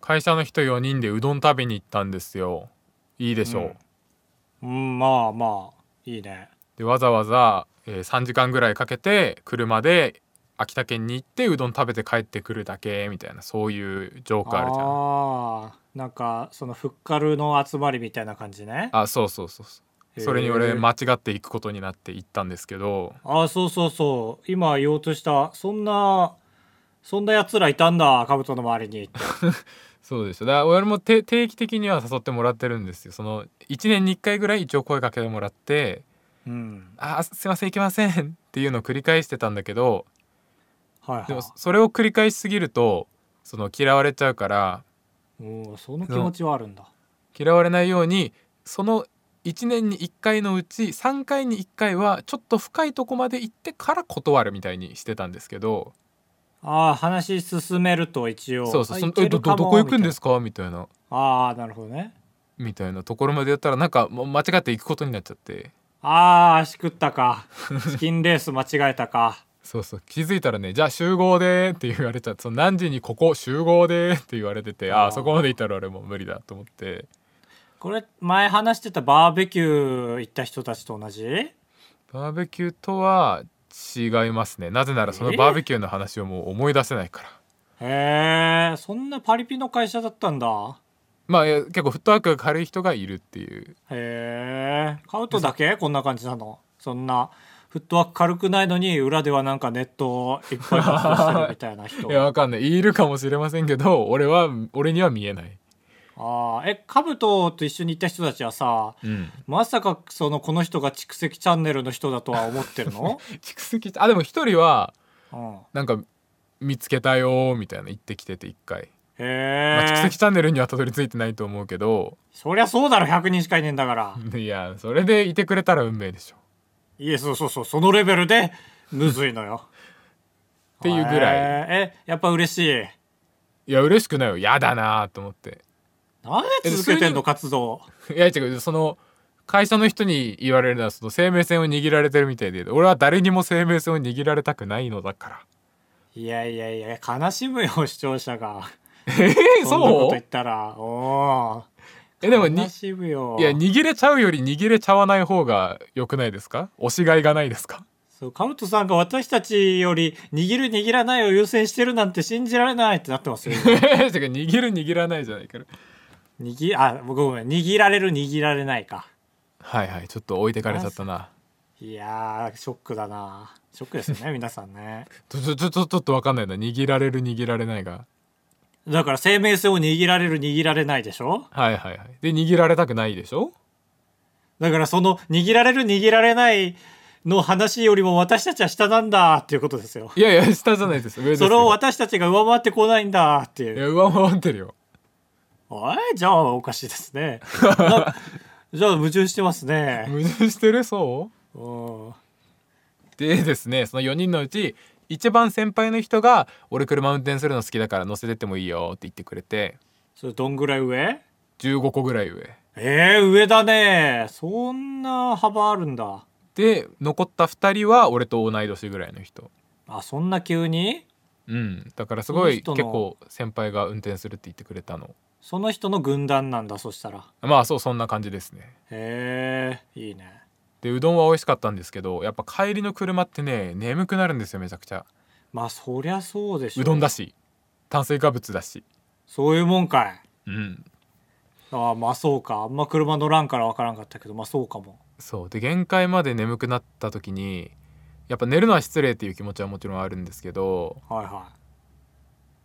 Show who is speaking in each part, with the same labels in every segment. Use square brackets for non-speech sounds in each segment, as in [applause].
Speaker 1: 会社の人4人でうどん食べに行ったんですよいいでしょう、
Speaker 2: うんうんまあまあいいね
Speaker 1: でわざわざ、えー3時間ぐらいかけて車で秋田県に行ってうどん食べて帰ってくるだけみたいなそういうジョークあるじゃん
Speaker 2: あーなんかそのフッカルの集まりみたいな感じね
Speaker 1: あそうそうそうそうそれに
Speaker 2: へ
Speaker 1: 俺
Speaker 2: ー
Speaker 1: 間違って行くことになって行ったんですけど
Speaker 2: あーそうそうそう今言おうとしたそんなそんなやつらいたんだ兜の周りに
Speaker 1: そうでしょだから俺もて定期的には誘ってもらってるんですよその1年に1回ぐらい一応声かけてもらって [laughs]
Speaker 2: うん
Speaker 1: 「あーすいません行けません」っていうのを繰り返してたんだけど
Speaker 2: はいはい
Speaker 1: でもそれを繰り返しすぎるとその嫌われちゃうから
Speaker 2: おーその気持ちはあるんだ
Speaker 1: 嫌われないようにその1年に1回のうち3回に1回はちょっと深いとこまで行ってから断るみたいにしてたんですけど
Speaker 2: ああ話進めると一応
Speaker 1: そうそうその
Speaker 2: あ
Speaker 1: え
Speaker 2: いけ
Speaker 1: ど
Speaker 2: るか
Speaker 1: ど
Speaker 2: も
Speaker 1: どこ行くんで
Speaker 2: み
Speaker 1: すかみたいな
Speaker 2: たいなああなるほどね
Speaker 1: みたいなところまでやったらなんかもう間違って行くことになっちゃって
Speaker 2: ああ足食っ
Speaker 1: [laughs]
Speaker 2: たかチキンレース間違えたか
Speaker 1: そうそう気づいたらね「じゃあ集合で」って言われちゃってその何時にここ集合でって言われててああ
Speaker 2: あー
Speaker 1: そこまで行ったら俺もう無理だと思って
Speaker 2: これ前話してたバーベキュー行った人たちと同じ
Speaker 1: バーベキューとは違いますねなぜならその
Speaker 2: え
Speaker 1: バーベキューの話をもう思い出せないから。
Speaker 2: へえそんなパリピの会社だったんだ
Speaker 1: まあいや結構フットワークが軽い人がいるっていう
Speaker 2: へえカウトだけこんな感じなのそんなフットワーク軽くないのに裏ではなんかネットをいっぱい活用してるみたいな
Speaker 1: [laughs]
Speaker 2: 人
Speaker 1: いやわかんないいるかもしれませんけど俺は俺には見えない、
Speaker 2: ああえカブトと一緒に行った人たちはさ
Speaker 1: うん、
Speaker 2: まさかそのこの人が蓄積チャンネルの人だとは思って
Speaker 1: [laughs]
Speaker 2: るの、
Speaker 1: 蓄積あでも一人は
Speaker 2: うん、へ
Speaker 1: なんか見つけたよーみたいな言ってきてて一回、まあ蓄
Speaker 2: え
Speaker 1: 積チャンネルにはたどり着いてないと思うけど
Speaker 2: そりゃそうだろ100人しかいねえんだから
Speaker 1: いやそれでいてくれたら運命でしょ
Speaker 2: いえそうそうそうそのレベルでむずいの
Speaker 1: [laughs]
Speaker 2: よ
Speaker 1: っていうぐらい
Speaker 2: へええやっぱ嬉しい
Speaker 1: いや嬉しくないよやだなーと思って
Speaker 2: 何で続けてんの
Speaker 1: え
Speaker 2: 活動
Speaker 1: [laughs] いや違うその会社の人に言われるのはその生命線を握られてるみたいで俺は誰にも生命線を握られたくないのだから
Speaker 2: いやいやいや悲しむよ [laughs] 視聴者が
Speaker 1: えー、
Speaker 2: そんなこと
Speaker 1: そ
Speaker 2: 言
Speaker 1: う
Speaker 2: ったらお
Speaker 1: えでも
Speaker 2: ー
Speaker 1: に
Speaker 2: 悲しむよ
Speaker 1: いや握れちゃうより握れちゃわない方が良くないですか押しがいがないです
Speaker 2: [laughs]
Speaker 1: か
Speaker 2: そうカウトさんが私たちより握る握らないを優先してるなんて信じられないってなってますよ
Speaker 1: てか握る握らないじゃないから
Speaker 2: [laughs] 握あ僕ごめん握られる握られないか
Speaker 1: はいはいちょっと置いてかれちゃったない
Speaker 2: やーショックだなショックですよ
Speaker 1: [laughs]
Speaker 2: ね皆さんね
Speaker 1: ちょちょちょちょちょっと分かんないな握られる握られないが
Speaker 2: だから生命線を握られる握られないでしょ
Speaker 1: はいはいはいで握られたくないでしょ
Speaker 2: だからその握られる握られないの話よりも私たちは下なんだっていうことですよ
Speaker 1: いやいや下じゃないです上です
Speaker 2: そ
Speaker 1: よ
Speaker 2: れを私たちが上回ってこないんだって
Speaker 1: い
Speaker 2: いう
Speaker 1: や上回ってるよ
Speaker 2: おいじゃあおかしいで
Speaker 1: [laughs]
Speaker 2: すねなじゃあ矛盾してますね
Speaker 1: 矛盾してるそう
Speaker 2: うん
Speaker 1: でですねその4人のうち一番先輩の人が「俺車運転するの好きだから乗せてってもいいよ」って言ってくれて
Speaker 2: それどんぐらい上
Speaker 1: 15個ぐらい上
Speaker 2: えー、上だねそんな幅あるんだ
Speaker 1: で残った2人は俺と同い年ぐらいの人
Speaker 2: あそんな急に
Speaker 1: うんだからすごい
Speaker 2: その人の
Speaker 1: 結構先輩が運転するって言ってくれたの
Speaker 2: その人の軍団なんだそしたら
Speaker 1: まあそうそんな感じですね
Speaker 2: へえいいね
Speaker 1: でうどんは美味しかったんですけどやっぱ帰りの車ってね眠くなるんですよめちゃくちゃ
Speaker 2: まあそりゃそうでしょ
Speaker 1: うどんだし炭水化物だし
Speaker 2: そういうもんかい
Speaker 1: うん
Speaker 2: ああまあそうかあんま車乗らんからわからんかったけどまあそうかも
Speaker 1: そうで限界まで眠くなった時にやっぱ寝るのは失礼っていう気持ちはもちろんあるんですけど
Speaker 2: はいは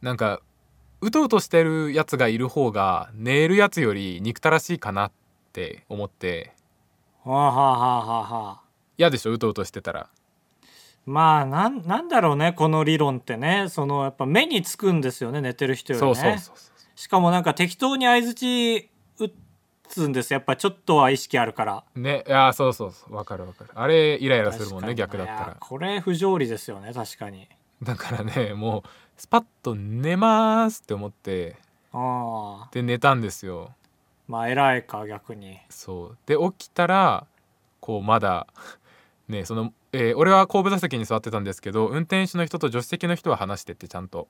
Speaker 1: なんかうとうとしてるやつがいる方が寝るやつより憎たらしいかなって思って
Speaker 2: いはあはあはあはあはあ
Speaker 1: 嫌でしょうとうとしてたら
Speaker 2: まあなんなんだろうねこの理論ってねそのやっぱ目につくんですよね寝てる人より
Speaker 1: そ
Speaker 2: ね
Speaker 1: うそうそうそう
Speaker 2: しかもなんか適当に相槌打つんですやっぱちょっとは意識あるから
Speaker 1: ねいやそうそうそうわかるわかるあれイライラするもんね
Speaker 2: 確
Speaker 1: 逆
Speaker 2: か
Speaker 1: だ
Speaker 2: に
Speaker 1: った
Speaker 2: いや
Speaker 1: ら
Speaker 2: これ不条理ですよね確かに
Speaker 1: だからねもうスパッと寝ますって思って
Speaker 2: ああ
Speaker 1: で寝たんですよ
Speaker 2: まあ偉いか逆に
Speaker 1: そうで起きたらこうまだ [laughs] ねその、えー俺は後部座席に座ってたんですけど運転手の人と助手席の人は話してってちゃんと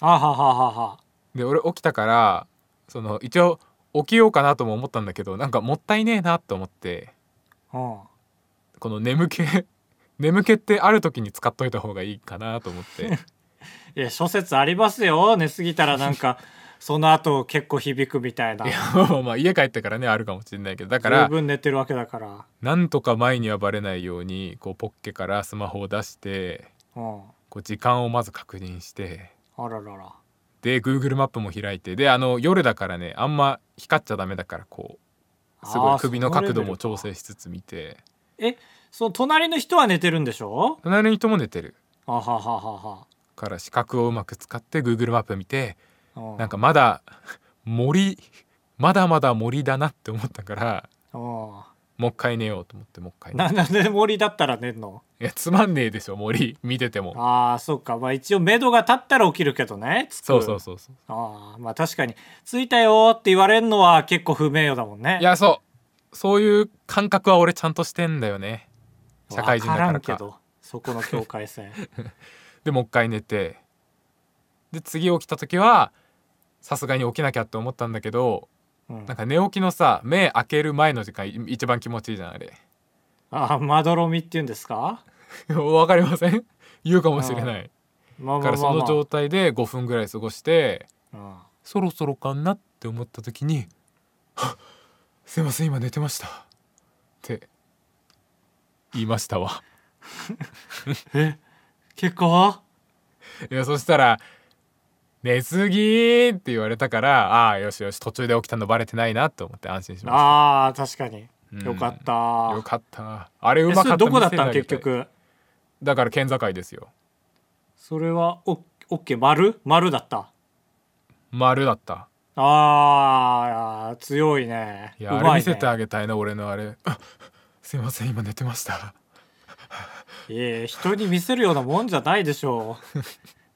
Speaker 2: あはははは
Speaker 1: で俺起きたからその一応起きようかなとも思ったんだけどなんかもったいねえなと思って
Speaker 2: うん
Speaker 1: この眠気 [laughs] 眠気ってある時に使っといた方がいいかなと思って [laughs]
Speaker 2: いや諸説ありますよ寝すぎたらなんか [laughs] その後結構響くみたいない
Speaker 1: やまあまあ家帰ってからねあるかもしれないけどだから
Speaker 2: 十分寝てるわけだから
Speaker 1: なんとか前にはバレないようにこうポッケからスマホを出して
Speaker 2: うん
Speaker 1: こう時間をまず確認して
Speaker 2: あららら
Speaker 1: で Google マップも開いてであの夜だからねあんま光っちゃダメだからこうすご
Speaker 2: あ
Speaker 1: い
Speaker 2: ー
Speaker 1: 首の角度も
Speaker 2: そ
Speaker 1: 調
Speaker 2: のレベル
Speaker 1: 整しつつ見て
Speaker 2: その隣の人は寝てるんでしょ
Speaker 1: 隣の人も寝てる
Speaker 2: あははは
Speaker 1: から視覚をうまく使って Google マップ見て
Speaker 2: は
Speaker 1: なんかまだ森まだまだ森だなって思ったから
Speaker 2: うん
Speaker 1: もう一回寝ようと思ってもう一回寝
Speaker 2: な
Speaker 1: る
Speaker 2: なんで森だったら寝んの
Speaker 1: いやつまんねえでしょ森見てても
Speaker 2: ああそっかまあ一応目処が立ったら起きるけどねつく
Speaker 1: そうそうそうそう
Speaker 2: ああまあ確かに着いたよって言われるのは結構不名誉だもんね
Speaker 1: いやそうそういう感覚は俺ちゃんとしてんだよね社会人だからか
Speaker 2: わ
Speaker 1: ら
Speaker 2: んけどそこの境
Speaker 1: [laughs]
Speaker 2: 界線
Speaker 1: でもう一回寝てで次起きた時はさすがに起きなきゃって思ったんだけど
Speaker 2: うん
Speaker 1: なんか寝起きのさ目開ける前の時間い一番気持ちいいじゃんあれ [laughs]
Speaker 2: ああまどろみっていうんですか
Speaker 1: わかりません [laughs] 言うかもしれない
Speaker 2: ま
Speaker 1: だ
Speaker 2: あま
Speaker 1: か
Speaker 2: あ
Speaker 1: ら
Speaker 2: ま
Speaker 1: そ
Speaker 2: あ、
Speaker 1: の
Speaker 2: ま
Speaker 1: 状態で5分ぐらい過ごして
Speaker 2: あ
Speaker 1: そろそろかなって思った時に「はっすいません今寝てました」って言いましたわ
Speaker 2: うん、え結構
Speaker 1: いやそしたら「寝すぎ!」って言われたから「ああよしよし途中で起きたのバレてないな」と思って安心しまし
Speaker 2: ああ確かに
Speaker 1: うん
Speaker 2: よかった、
Speaker 1: たよかったあれう
Speaker 2: え
Speaker 1: まか
Speaker 2: そ
Speaker 1: った
Speaker 2: れどこだったの
Speaker 1: 見せ
Speaker 2: 結
Speaker 1: てあげい
Speaker 2: 局
Speaker 1: だから県境ですよ
Speaker 2: それはオッオッケー丸丸だった
Speaker 1: 丸だった
Speaker 2: あー強いね
Speaker 1: いうやあれ
Speaker 2: まい
Speaker 1: 見せ
Speaker 2: ね
Speaker 1: てあげたいな俺のあれ [laughs] あすいません今寝てました
Speaker 2: いえ人に見せるようなもんじゃないでしょ
Speaker 1: [laughs]
Speaker 2: う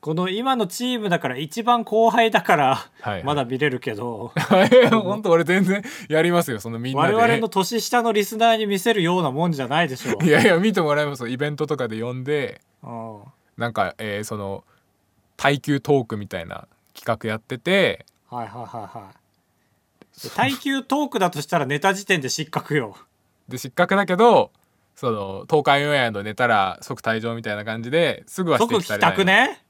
Speaker 2: この今のチームだから一番後輩だから
Speaker 1: はいはい
Speaker 2: まだ見れるけど
Speaker 1: [laughs] 本当俺全然やりますよそのみんな
Speaker 2: 我
Speaker 1: で
Speaker 2: 々の年下のリスナーに見せるようなもんじゃないでしょう
Speaker 1: いやいや見てもらいますよイベントとかで呼んで
Speaker 2: うんは
Speaker 1: なんか、えーその耐久トークみたいな企画やってて
Speaker 2: いはいはいはい耐久トークだとしたら寝た時点で失格よ
Speaker 1: で失格だけどその東海オンエアの寝たら即退場みたいな感じですぐは指
Speaker 2: 即
Speaker 1: 摘さ
Speaker 2: 帰
Speaker 1: れない
Speaker 2: 宅ね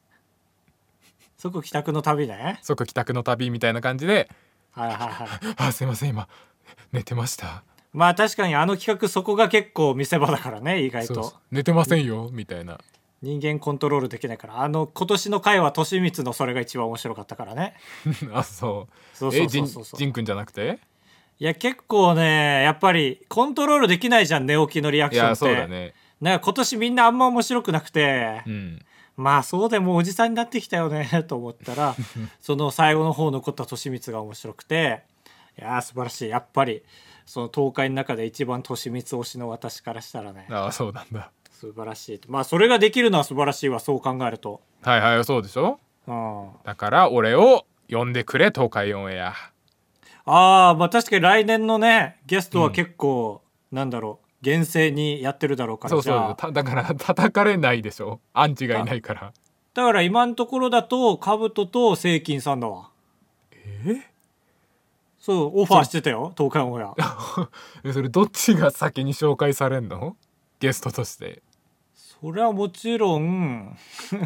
Speaker 2: 即帰宅の旅ね
Speaker 1: 即帰宅の旅みたいな感じで
Speaker 2: はいはいはい
Speaker 1: 「あすいません今寝てました
Speaker 2: まあ確かにあの企画そこが結構見せ場だからね意」外
Speaker 1: そう
Speaker 2: と
Speaker 1: そう寝てませんよ」みたいな [laughs]
Speaker 2: 人間コントロールできないからあの今年の回はとしみつのそれが一番面白かったからね
Speaker 1: 「あそう」
Speaker 2: そうそ
Speaker 1: え
Speaker 2: う
Speaker 1: じ
Speaker 2: そ
Speaker 1: ん
Speaker 2: うそう
Speaker 1: じんくんじゃなくて
Speaker 2: いや結構ねやっぱりコントロールできないじゃん寝起きのリアク
Speaker 1: い
Speaker 2: ション
Speaker 1: や
Speaker 2: って
Speaker 1: そうだね
Speaker 2: なんか今年みんなあんま面白くなくて、
Speaker 1: うん
Speaker 2: まあそうでもうおじさんになってきたよね [laughs] と思った
Speaker 1: [laughs]
Speaker 2: らその最後の方残ったとしみつが面白くていやー素晴らしいやっぱりその東海の中で一番としみつ推しの私からしたらね
Speaker 1: ああそうなんだ
Speaker 2: 素晴らしいまあそれができるのは素晴らしいわそう考えると
Speaker 1: はいはいそうでしょ
Speaker 2: うん
Speaker 1: だから俺を呼んでくれ東海オンエア
Speaker 2: ああまあ確かに来年のねゲストは結構、なんだろう厳正にやってるだろうから
Speaker 1: そう
Speaker 2: じ
Speaker 1: そ
Speaker 2: ゃあ
Speaker 1: うただから叩かれないでしょアンチがいないから
Speaker 2: だから今のところだとカブトとセイキンさんだわ
Speaker 1: え
Speaker 2: そうオファーしてたよ東海オンエア
Speaker 1: えそれどっちが先に紹介されんのゲストとして
Speaker 2: [laughs] それはもちろん [laughs]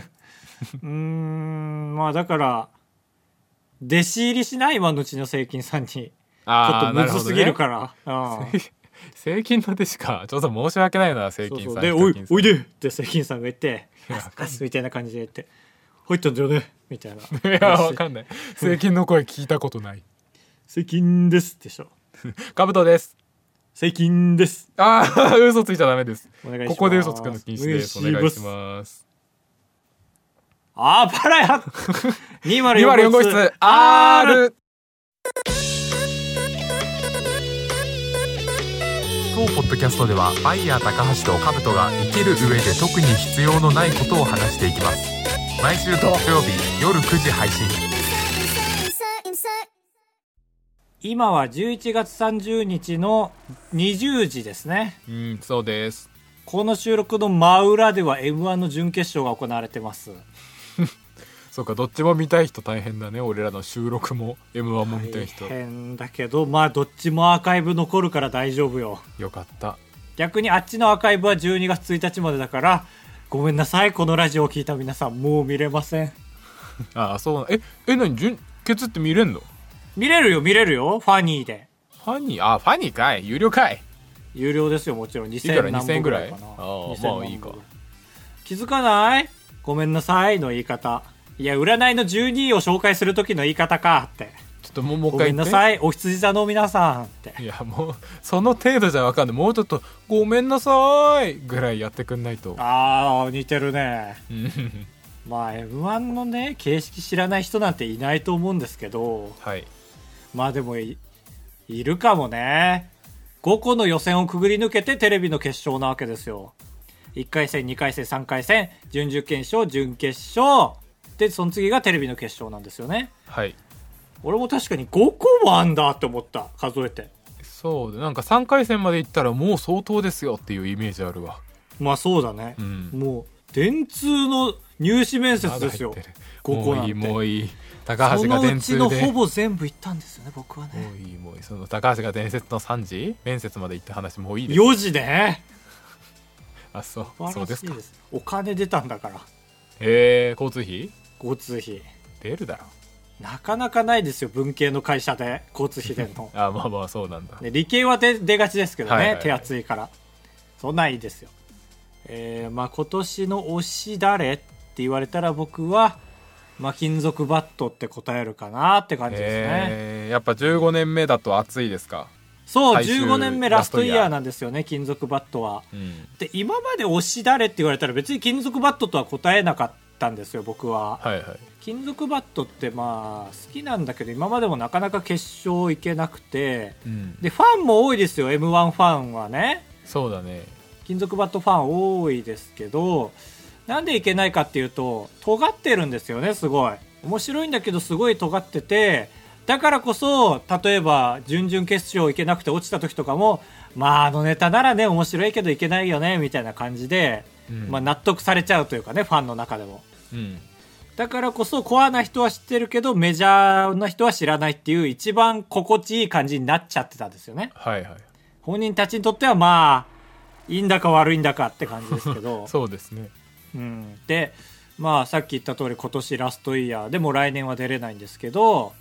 Speaker 2: うーんまあだから弟子入りしない今のうちのセイキンさんにちょっ
Speaker 1: あ
Speaker 2: とむずすぎるから、うん
Speaker 1: 税金の弟子かちょっと申し訳ないな税
Speaker 2: そう
Speaker 1: 金さん
Speaker 2: そう
Speaker 1: ヒ
Speaker 2: で「お
Speaker 1: カキ
Speaker 2: い
Speaker 1: ンさん
Speaker 2: おいで!」ってセイキンさんが言って「
Speaker 1: いや
Speaker 2: 恥ずかしい」みたいな感じで言って「入ったんだよね」みたいな「
Speaker 1: い [laughs] やわかんない税金の声聞いたことない
Speaker 2: セイキンです」でしょ
Speaker 1: カブトです
Speaker 2: 「セイキンです
Speaker 1: ああ [laughs] 嘘ついちゃダメです」
Speaker 2: お願いしま
Speaker 1: こ
Speaker 2: す
Speaker 1: こで嘘つくの禁止ですお願いし
Speaker 2: す
Speaker 1: ます
Speaker 2: あばらや
Speaker 1: [laughs]
Speaker 2: !204
Speaker 1: 204
Speaker 2: 号
Speaker 1: 号
Speaker 2: 室
Speaker 1: 室 R 当ポッドキャストではバイヤー高橋と兜が生きる上で特に必要のないことを話していきます毎週土曜日夜9時配信
Speaker 3: insert, insert.
Speaker 2: 今は11月30日の20時ですね。
Speaker 1: うんそうです
Speaker 2: この収録の真裏では M1 の準決勝が行われてます。
Speaker 1: そうかどっちも見たい人大変だね俺らの収録も m 1も見た
Speaker 2: 大
Speaker 1: い人
Speaker 2: 変だけどまあどっちもアーカイブ残るから大丈夫よ
Speaker 1: よかった
Speaker 2: 逆にあっちのアーカイブは12月1日までだからごめんなさいこのラジオを聞いた皆さんもう見れません
Speaker 1: ああそうなええ何純血って見れんの
Speaker 2: 見れるよ見れるよファニーで
Speaker 1: ファニーあファニーかい有料かい
Speaker 2: 有料ですよもちろん2000
Speaker 1: いくら
Speaker 2: 何
Speaker 1: 2000
Speaker 2: 本ぐらいかな
Speaker 1: ぐらいああ
Speaker 2: 2000
Speaker 1: まあいいか
Speaker 2: 何本ぐら気づかないごめんなさいの言い方いや占いの12位を紹介する時の言い方かって
Speaker 1: ちょっともうもう
Speaker 2: ご
Speaker 1: 一回
Speaker 2: めん
Speaker 1: 言
Speaker 2: な
Speaker 1: って
Speaker 2: さいお羊座の皆さんって
Speaker 1: いやもうその程度じゃわかんないもうちょっと「ごめんなさい」ぐらいやってくんないと
Speaker 2: ああ似てるね
Speaker 1: うん [laughs]
Speaker 2: まあ m 1のね形式知らない人なんていないと思うんですけど
Speaker 1: はい
Speaker 2: まあでもいいるかもね5個の予選をくぐり抜けてテレビの決勝なわけですよ1回戦2回戦3回戦準々決勝準決勝でその次がテレビの決勝なんですよね
Speaker 1: はい
Speaker 2: 俺も確かに5個もあんだって思った数えて
Speaker 1: そうでなんか3回戦まで行ったらもう相当ですよっていうイメージあるわ
Speaker 2: まあそうだね、
Speaker 1: うん
Speaker 2: もう電通の入試面接ですよ
Speaker 1: まだ入ってる
Speaker 2: 5個
Speaker 1: も
Speaker 2: な
Speaker 1: うんいい
Speaker 2: て
Speaker 1: もういい高橋
Speaker 2: そ
Speaker 1: が
Speaker 2: の
Speaker 1: 電
Speaker 2: うち
Speaker 1: 通
Speaker 2: の
Speaker 1: で
Speaker 2: ほぼ全部行ったんですよね僕はね
Speaker 1: もういいもういいその高橋が伝説の3時面接まで行った話もういいです
Speaker 2: 4時ね
Speaker 1: あそう
Speaker 2: 素
Speaker 1: そう
Speaker 2: 晴
Speaker 1: で
Speaker 2: ら
Speaker 1: す
Speaker 2: しい
Speaker 1: か
Speaker 2: ですお金出たんだから
Speaker 1: へえ交通費
Speaker 2: 交通費
Speaker 1: 出るだろ
Speaker 2: なかなかないですよ文系の会社で交通費出るの
Speaker 1: [laughs] あまあまあそうなんだ
Speaker 2: ね理系は出出がちですけどね、
Speaker 1: はいはいはい
Speaker 2: 手厚いからそんなんいいですよえー、まあ今年の推し誰って言われたら僕は、まあ、金属バットって答えるかなって感じですね、
Speaker 1: えーやっぱ15年目だと暑いですか
Speaker 2: そう
Speaker 1: 最終
Speaker 2: 15年目ラストイヤーなんですよね金属バットは
Speaker 1: うん
Speaker 2: で今まで推し誰って言われたら別に金属バットとは答えなかったんですよ僕は
Speaker 1: はいはい
Speaker 2: 金属バットってまあ好きなんだけど今までもなかなか決勝行けなくて
Speaker 1: うん
Speaker 2: でファンも多いですよ m 1ファンはね
Speaker 1: そうだね
Speaker 2: 金属バットファン多いですけどなんでいけないかっていうと尖ってるんですよねすごい面白いんだけどすごい尖っててだからこそ例えば準々決勝行けなくて落ちた時とかもまああのネタならね面白いけどいけないよねみたいな感じで、
Speaker 1: うん
Speaker 2: まあ、納得されちゃうというかねファンの中でも
Speaker 1: うん
Speaker 2: だからこそコアな人は知ってるけどメジャーな人は知らないっていう一番心地いい感じになっちゃってたんですよね
Speaker 1: はいはい
Speaker 2: 本人たちにとってはまあいいんだか悪いんだかって感じですけ
Speaker 1: [laughs]
Speaker 2: ど、
Speaker 1: そうですね
Speaker 2: うん、でまあさっき言った通り今年ラストイヤーでもう来年は出れないんですけど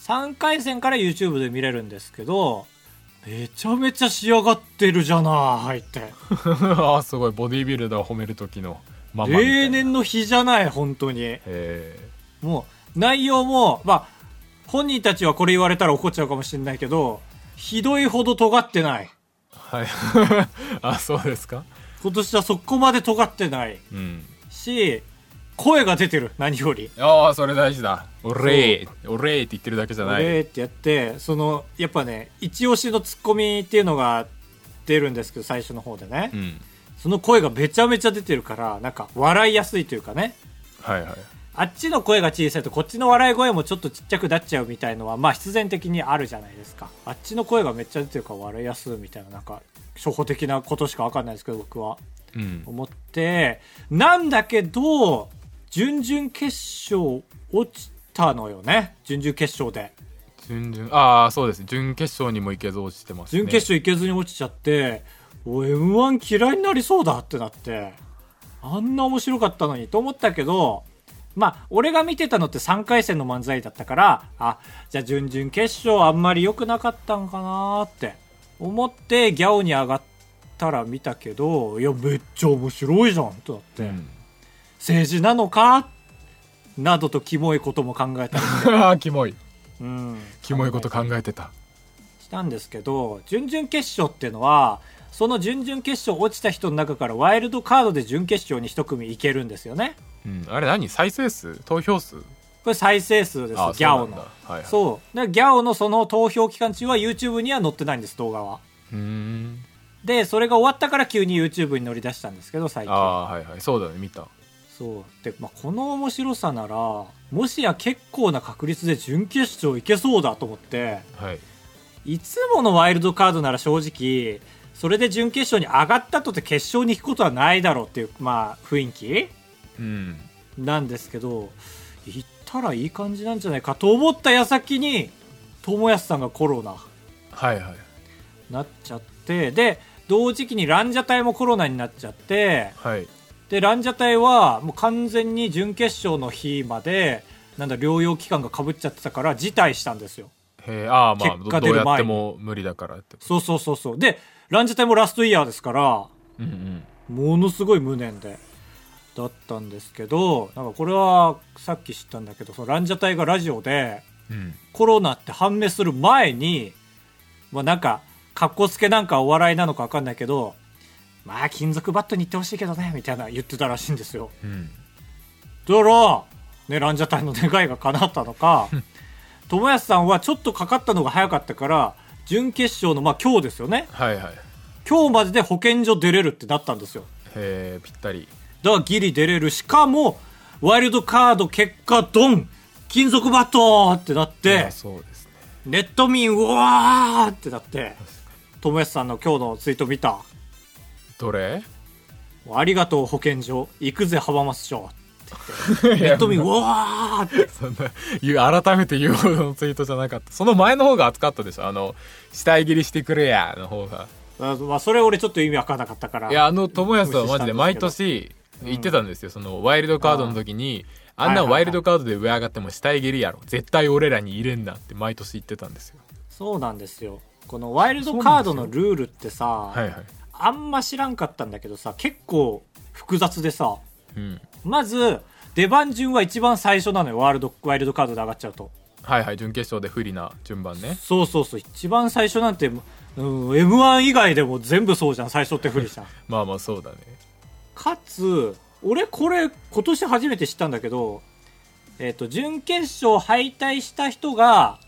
Speaker 2: 3回戦から YouTube で見れるんですけどめちゃめちゃ仕上がってるじゃないって
Speaker 1: あすごいボディービルダーを褒める時のままみたいな
Speaker 2: 例
Speaker 1: へ
Speaker 2: 年の日じゃない本当に
Speaker 1: え
Speaker 2: もう内容もまあ本人たちはこれ言われたら怒っちゃうかもしれないけどひどいほど尖ってない
Speaker 1: はい [laughs] あそうですか
Speaker 2: 今年はそこまで尖ってない
Speaker 1: うん
Speaker 2: し声が出てる何より
Speaker 1: ああそれ大事だ「おれーおれー」って言ってるだけじゃな
Speaker 2: 俺
Speaker 1: い
Speaker 2: ってやってそのやっぱね一押しのツッコミっていうのが出るんですけど最初の方でね、
Speaker 1: うん
Speaker 2: その声がめちゃめちゃ出てるからなんか笑いやすいというかね
Speaker 1: はいはい
Speaker 2: あっちの声が小さいとこっちの笑い声もちょっとちっちゃくなっちゃうみたいのはまあ必然的にあるじゃないですかあっちの声がめっちゃ出てるから笑いやすいみたいななんか初歩的なことしか分かんないですけど僕は
Speaker 1: うん
Speaker 2: 思ってなんだけど準々決勝落ちたのよね準々決勝で
Speaker 1: 準々ああそうです準決勝にも行けず落ちてます、ね、
Speaker 2: 準決勝行けずに落ちちゃって、お m 1嫌いになりそうだってなってあんな面白かったのにと思ったけどまあ俺が見てたのって3回戦の漫才だったからあじゃあ準々決勝あんまり良くなかったんかなーって思ってギャオに上がったら見たけどいやめっちゃ面白いじゃんってなって、
Speaker 1: うん
Speaker 2: 政治なのかなどとキモいことも考
Speaker 1: [laughs]
Speaker 2: えたり、
Speaker 1: あーキモい
Speaker 2: うん、
Speaker 1: キモいこと考えてた
Speaker 2: したんですけど準々決勝っていうのはその準々決勝落ちた人の中からワイルドカードで準決勝に一組いけるんですよね
Speaker 1: うんあれ何再生数投票数
Speaker 2: これ再生数です
Speaker 1: あー
Speaker 2: ギャ
Speaker 1: そ
Speaker 2: オ
Speaker 1: うなんだ
Speaker 2: の
Speaker 1: はいはい
Speaker 2: そうでギャオのその投票期間中は YouTube には載ってないんです動画は
Speaker 1: うーん
Speaker 2: でそれが終わったから急に YouTube に乗り出したんですけど最
Speaker 1: あ
Speaker 2: 近
Speaker 1: あはいはいそうだね見た
Speaker 2: そうで、まあ、この面白さならもしや結構な確率で準決勝いけそうだと思って
Speaker 1: はい
Speaker 2: いつものワイルドカードなら正直、それで準決勝に上がったとて決勝に行くことはないだろうっていう、まあ、雰囲気
Speaker 1: うん
Speaker 2: なんですけど、いたらいい感じなんじゃないかと思った矢先に友康さんがコロナ
Speaker 1: はいはい
Speaker 2: なっちゃってで同時期にランジャタイもコロナになっちゃって
Speaker 1: はい
Speaker 2: でランジャタイはもう完全に準決勝の日までなんだ療養期間がかぶっちゃってたから辞退したんですよ
Speaker 1: へえああまあ
Speaker 2: 結果
Speaker 1: ど
Speaker 2: 出
Speaker 1: ど
Speaker 2: る
Speaker 1: う
Speaker 2: 前
Speaker 1: や
Speaker 2: に
Speaker 1: っても無理だからってこ
Speaker 2: そうそうそうそうでランジャタイもラストイヤーですから
Speaker 1: とうんうん
Speaker 2: ものすごい無念でだったんですけどなんかこれはさっき知ったんだけどそのランジャタイがラジオで
Speaker 1: うん
Speaker 2: コロナって判明する前に、まあ、なんかかっこつけなんかお笑いなのか分かんないけどまあ金属バットに行ってほしいけどねみたいな言ってたらしいんですよ
Speaker 1: うん
Speaker 2: だから、ね、ランジャタイの願いが叶ったのか [laughs] 友康さんはちょっとかかったのが早かったから準決勝のまあ今日ですよね
Speaker 1: はいはいへ
Speaker 2: 今日までで保健所出れるってなったんですよ
Speaker 1: えぴったり
Speaker 2: だからギリ出れるしかもワイルドカード結果ドン金属バットってなっ
Speaker 1: い
Speaker 2: て
Speaker 1: やそうですね
Speaker 2: ネット民うわーってなって友康さんの今日のツイート見た
Speaker 1: どれ
Speaker 2: ありがとう保健所行くぜ浜松町ネ
Speaker 1: ネ
Speaker 2: ット民うわーって [laughs]
Speaker 1: そんな言う改めて言うほどのツイートじゃなかったその前の方が熱かったでしょあの「死体切りしてくれや」の方が
Speaker 2: あまあそれ俺ちょっと意味わからなかったから
Speaker 1: いやあの友康さんはマジで毎
Speaker 2: 無視し
Speaker 1: 年言ってたんですよ、そのワイルドカードの時にあんな
Speaker 2: はいはいはい
Speaker 1: ワイルドカードで上上がっても死体切りやろ絶対俺らに入れんなって毎年言ってたんですよ
Speaker 2: そうなんですよこのワイルドカードのルールってさ、
Speaker 1: はいはい
Speaker 2: あんま知らんかったんだけどさ結構複雑でさ
Speaker 1: うん
Speaker 2: まず出番順は一番最初なのよワールドワイルドカードで上がっちゃうと
Speaker 1: はいはい準決勝で不利な順番ね
Speaker 2: そうそうそう一番最初なんて、うん、m 1以外でも全部そうじゃん最初って不利じゃ
Speaker 1: [laughs]
Speaker 2: ん
Speaker 1: まあまあそうだね
Speaker 2: かつ俺これ今年初めて知ったんだけどえっ、と準決勝敗退した人が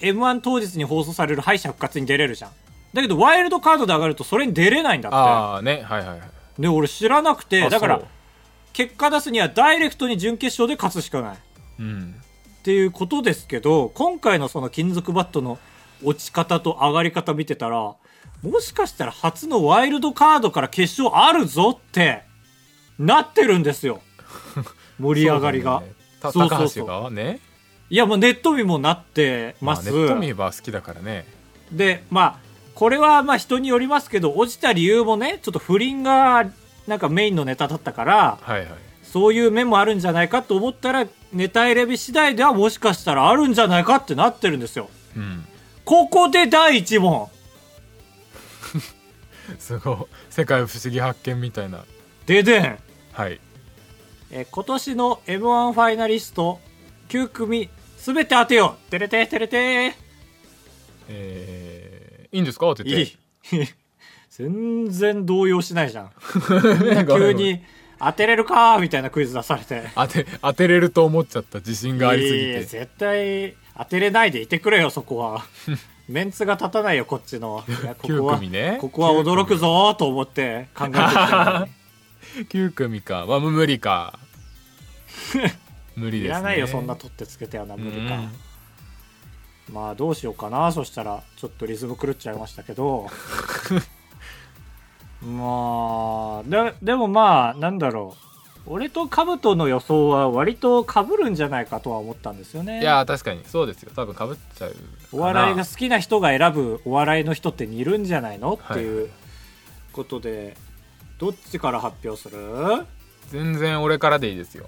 Speaker 2: m 1当日に放送される敗者復活に出れるじゃんだけどワイルドカードで上がるとそれに出れないんだって
Speaker 1: ああねはいはいはい
Speaker 2: で俺知らなくて
Speaker 1: あ
Speaker 2: だから
Speaker 1: そう
Speaker 2: 結果出すにはダイレクトに準決勝で勝つしかないっ
Speaker 1: うん
Speaker 2: ていうことですけど今回のその金属バットの落ち方と上がり方見てたらもしかしたら初のワイルドカードから決勝あるぞってなってるんで
Speaker 1: [laughs]
Speaker 2: すよ盛り上がりが、
Speaker 1: そう
Speaker 2: そう
Speaker 1: だ
Speaker 2: そう
Speaker 1: ね
Speaker 2: そ
Speaker 1: た高
Speaker 2: う
Speaker 1: 橋がね
Speaker 2: いやもうネット民もなって
Speaker 1: ま
Speaker 2: ま
Speaker 1: あ
Speaker 2: す、
Speaker 1: ネット見れば好きだからね
Speaker 2: でまあこれはまあ人によりますけど落ちた理由もねちょっと不倫がなんかメインのネタだったから
Speaker 1: はいはい
Speaker 2: そういう面もあるんじゃないかと思ったら、ネタ選び次第ではもしかしたらあるんじゃないかってなってるんですよ。
Speaker 1: うん
Speaker 2: ここで第1問。
Speaker 1: すごい世界不思議発見みたいな
Speaker 2: ででん。
Speaker 1: はい
Speaker 2: えー今年の M1 ファイナリスト9組すべて当てよう。てれててれて
Speaker 1: えー、いいんですかって
Speaker 2: い
Speaker 1: 言っ
Speaker 2: い。 [laughs] 全然動揺しない
Speaker 1: [laughs]
Speaker 2: じゃん。
Speaker 1: てごめ
Speaker 2: 急
Speaker 1: んごめん
Speaker 2: に当てれるかみたいなクイズ出されて。
Speaker 1: [laughs] 当て当てれると思っちゃった自信がありす
Speaker 2: いやいや
Speaker 1: ぎて
Speaker 2: 絶対当てれないでいてくれよ、そ
Speaker 1: [laughs]
Speaker 2: こは。メンツが立たないよ、こっちの。いやここは
Speaker 1: 9組ね
Speaker 2: ここは驚くぞーと思って考えてき
Speaker 1: [laughs]
Speaker 2: たのに
Speaker 1: 9組かまあ無理
Speaker 2: [laughs]
Speaker 1: か無理
Speaker 2: い
Speaker 1: です、ね、
Speaker 2: らないよそんな取ってつけたような無理か、
Speaker 1: うん
Speaker 2: まあどうしようかなそしたらちょっとリズム狂っちゃいました
Speaker 1: [laughs]
Speaker 2: けどまあででもまあなんだろう俺と兜の予想は割と被るんじゃないかとは思ったんですよね
Speaker 1: いやー確かにそうですよ多分かぶっちゃうかな
Speaker 2: お笑いが好きな人が選ぶお笑いの人っているんじゃないのって
Speaker 1: はい
Speaker 2: い
Speaker 1: は
Speaker 2: うことでどっちから発表する
Speaker 1: 全然俺からでいいですよ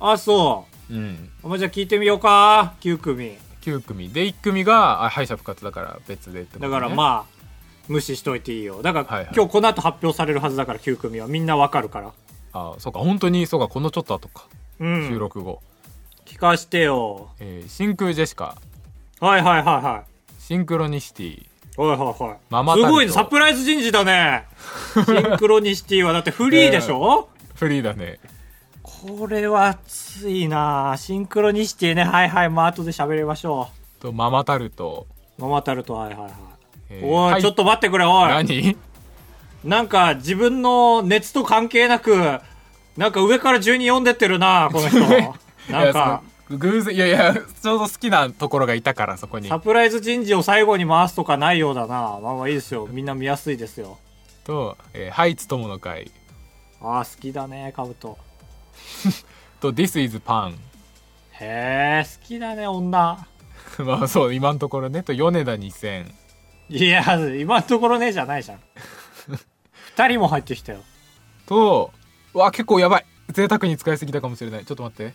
Speaker 2: あそう
Speaker 1: うん
Speaker 2: あまあじゃあ聞いてみようか9組
Speaker 1: 9組で1組があ敗者復活だから別でってこと、
Speaker 2: だ
Speaker 1: ね、
Speaker 2: から
Speaker 1: あ
Speaker 2: まあ無視しといていいよだから、
Speaker 1: はいはい
Speaker 2: 今日この後発表されるはずだから9組はみんなわかるから
Speaker 1: あそうか本当にそうかこのちょっと後か、
Speaker 2: うん
Speaker 1: 収録後、
Speaker 2: 聞かしてよ
Speaker 1: えー真空ジェシカ
Speaker 2: はいはいはいはい
Speaker 1: シンクロニシティ
Speaker 2: はいはいはい
Speaker 1: ママ
Speaker 2: す
Speaker 1: タルト
Speaker 2: ごいねサプライズ人事
Speaker 1: [laughs]
Speaker 2: だねシンクロニシティはだってフリーでしょ、
Speaker 1: フリーだね
Speaker 2: これは熱いなシンクロニシティねはいはいまあ後で喋りましょ
Speaker 1: とママタルト、
Speaker 2: うママタルトはいはいはい、
Speaker 1: え
Speaker 2: おい、
Speaker 1: はい
Speaker 2: ちょっと待ってくれおい
Speaker 1: 何
Speaker 2: なんか自分の熱と関係なく、なんか上から順に読んでってるな、こ
Speaker 1: [laughs]
Speaker 2: の人。なんか、
Speaker 1: いやその偶然いやいやちょうど好きなところがいたからそこに
Speaker 2: サプライズ人事を最後に回すとかないようだな。まあまあいいですよ。みんな見やすいですよ。
Speaker 1: と、えーハイツ友の会
Speaker 2: ああ、好きだね、カブト。
Speaker 1: と This is Pan [laughs]
Speaker 2: へへえ好きだね女
Speaker 1: まあそう今のところねと米田2000
Speaker 2: いや今のところねじゃないじゃん二人も入ってきたよ
Speaker 1: とうわ結構やばい贅沢に使いすぎたかもしれないちょっと待って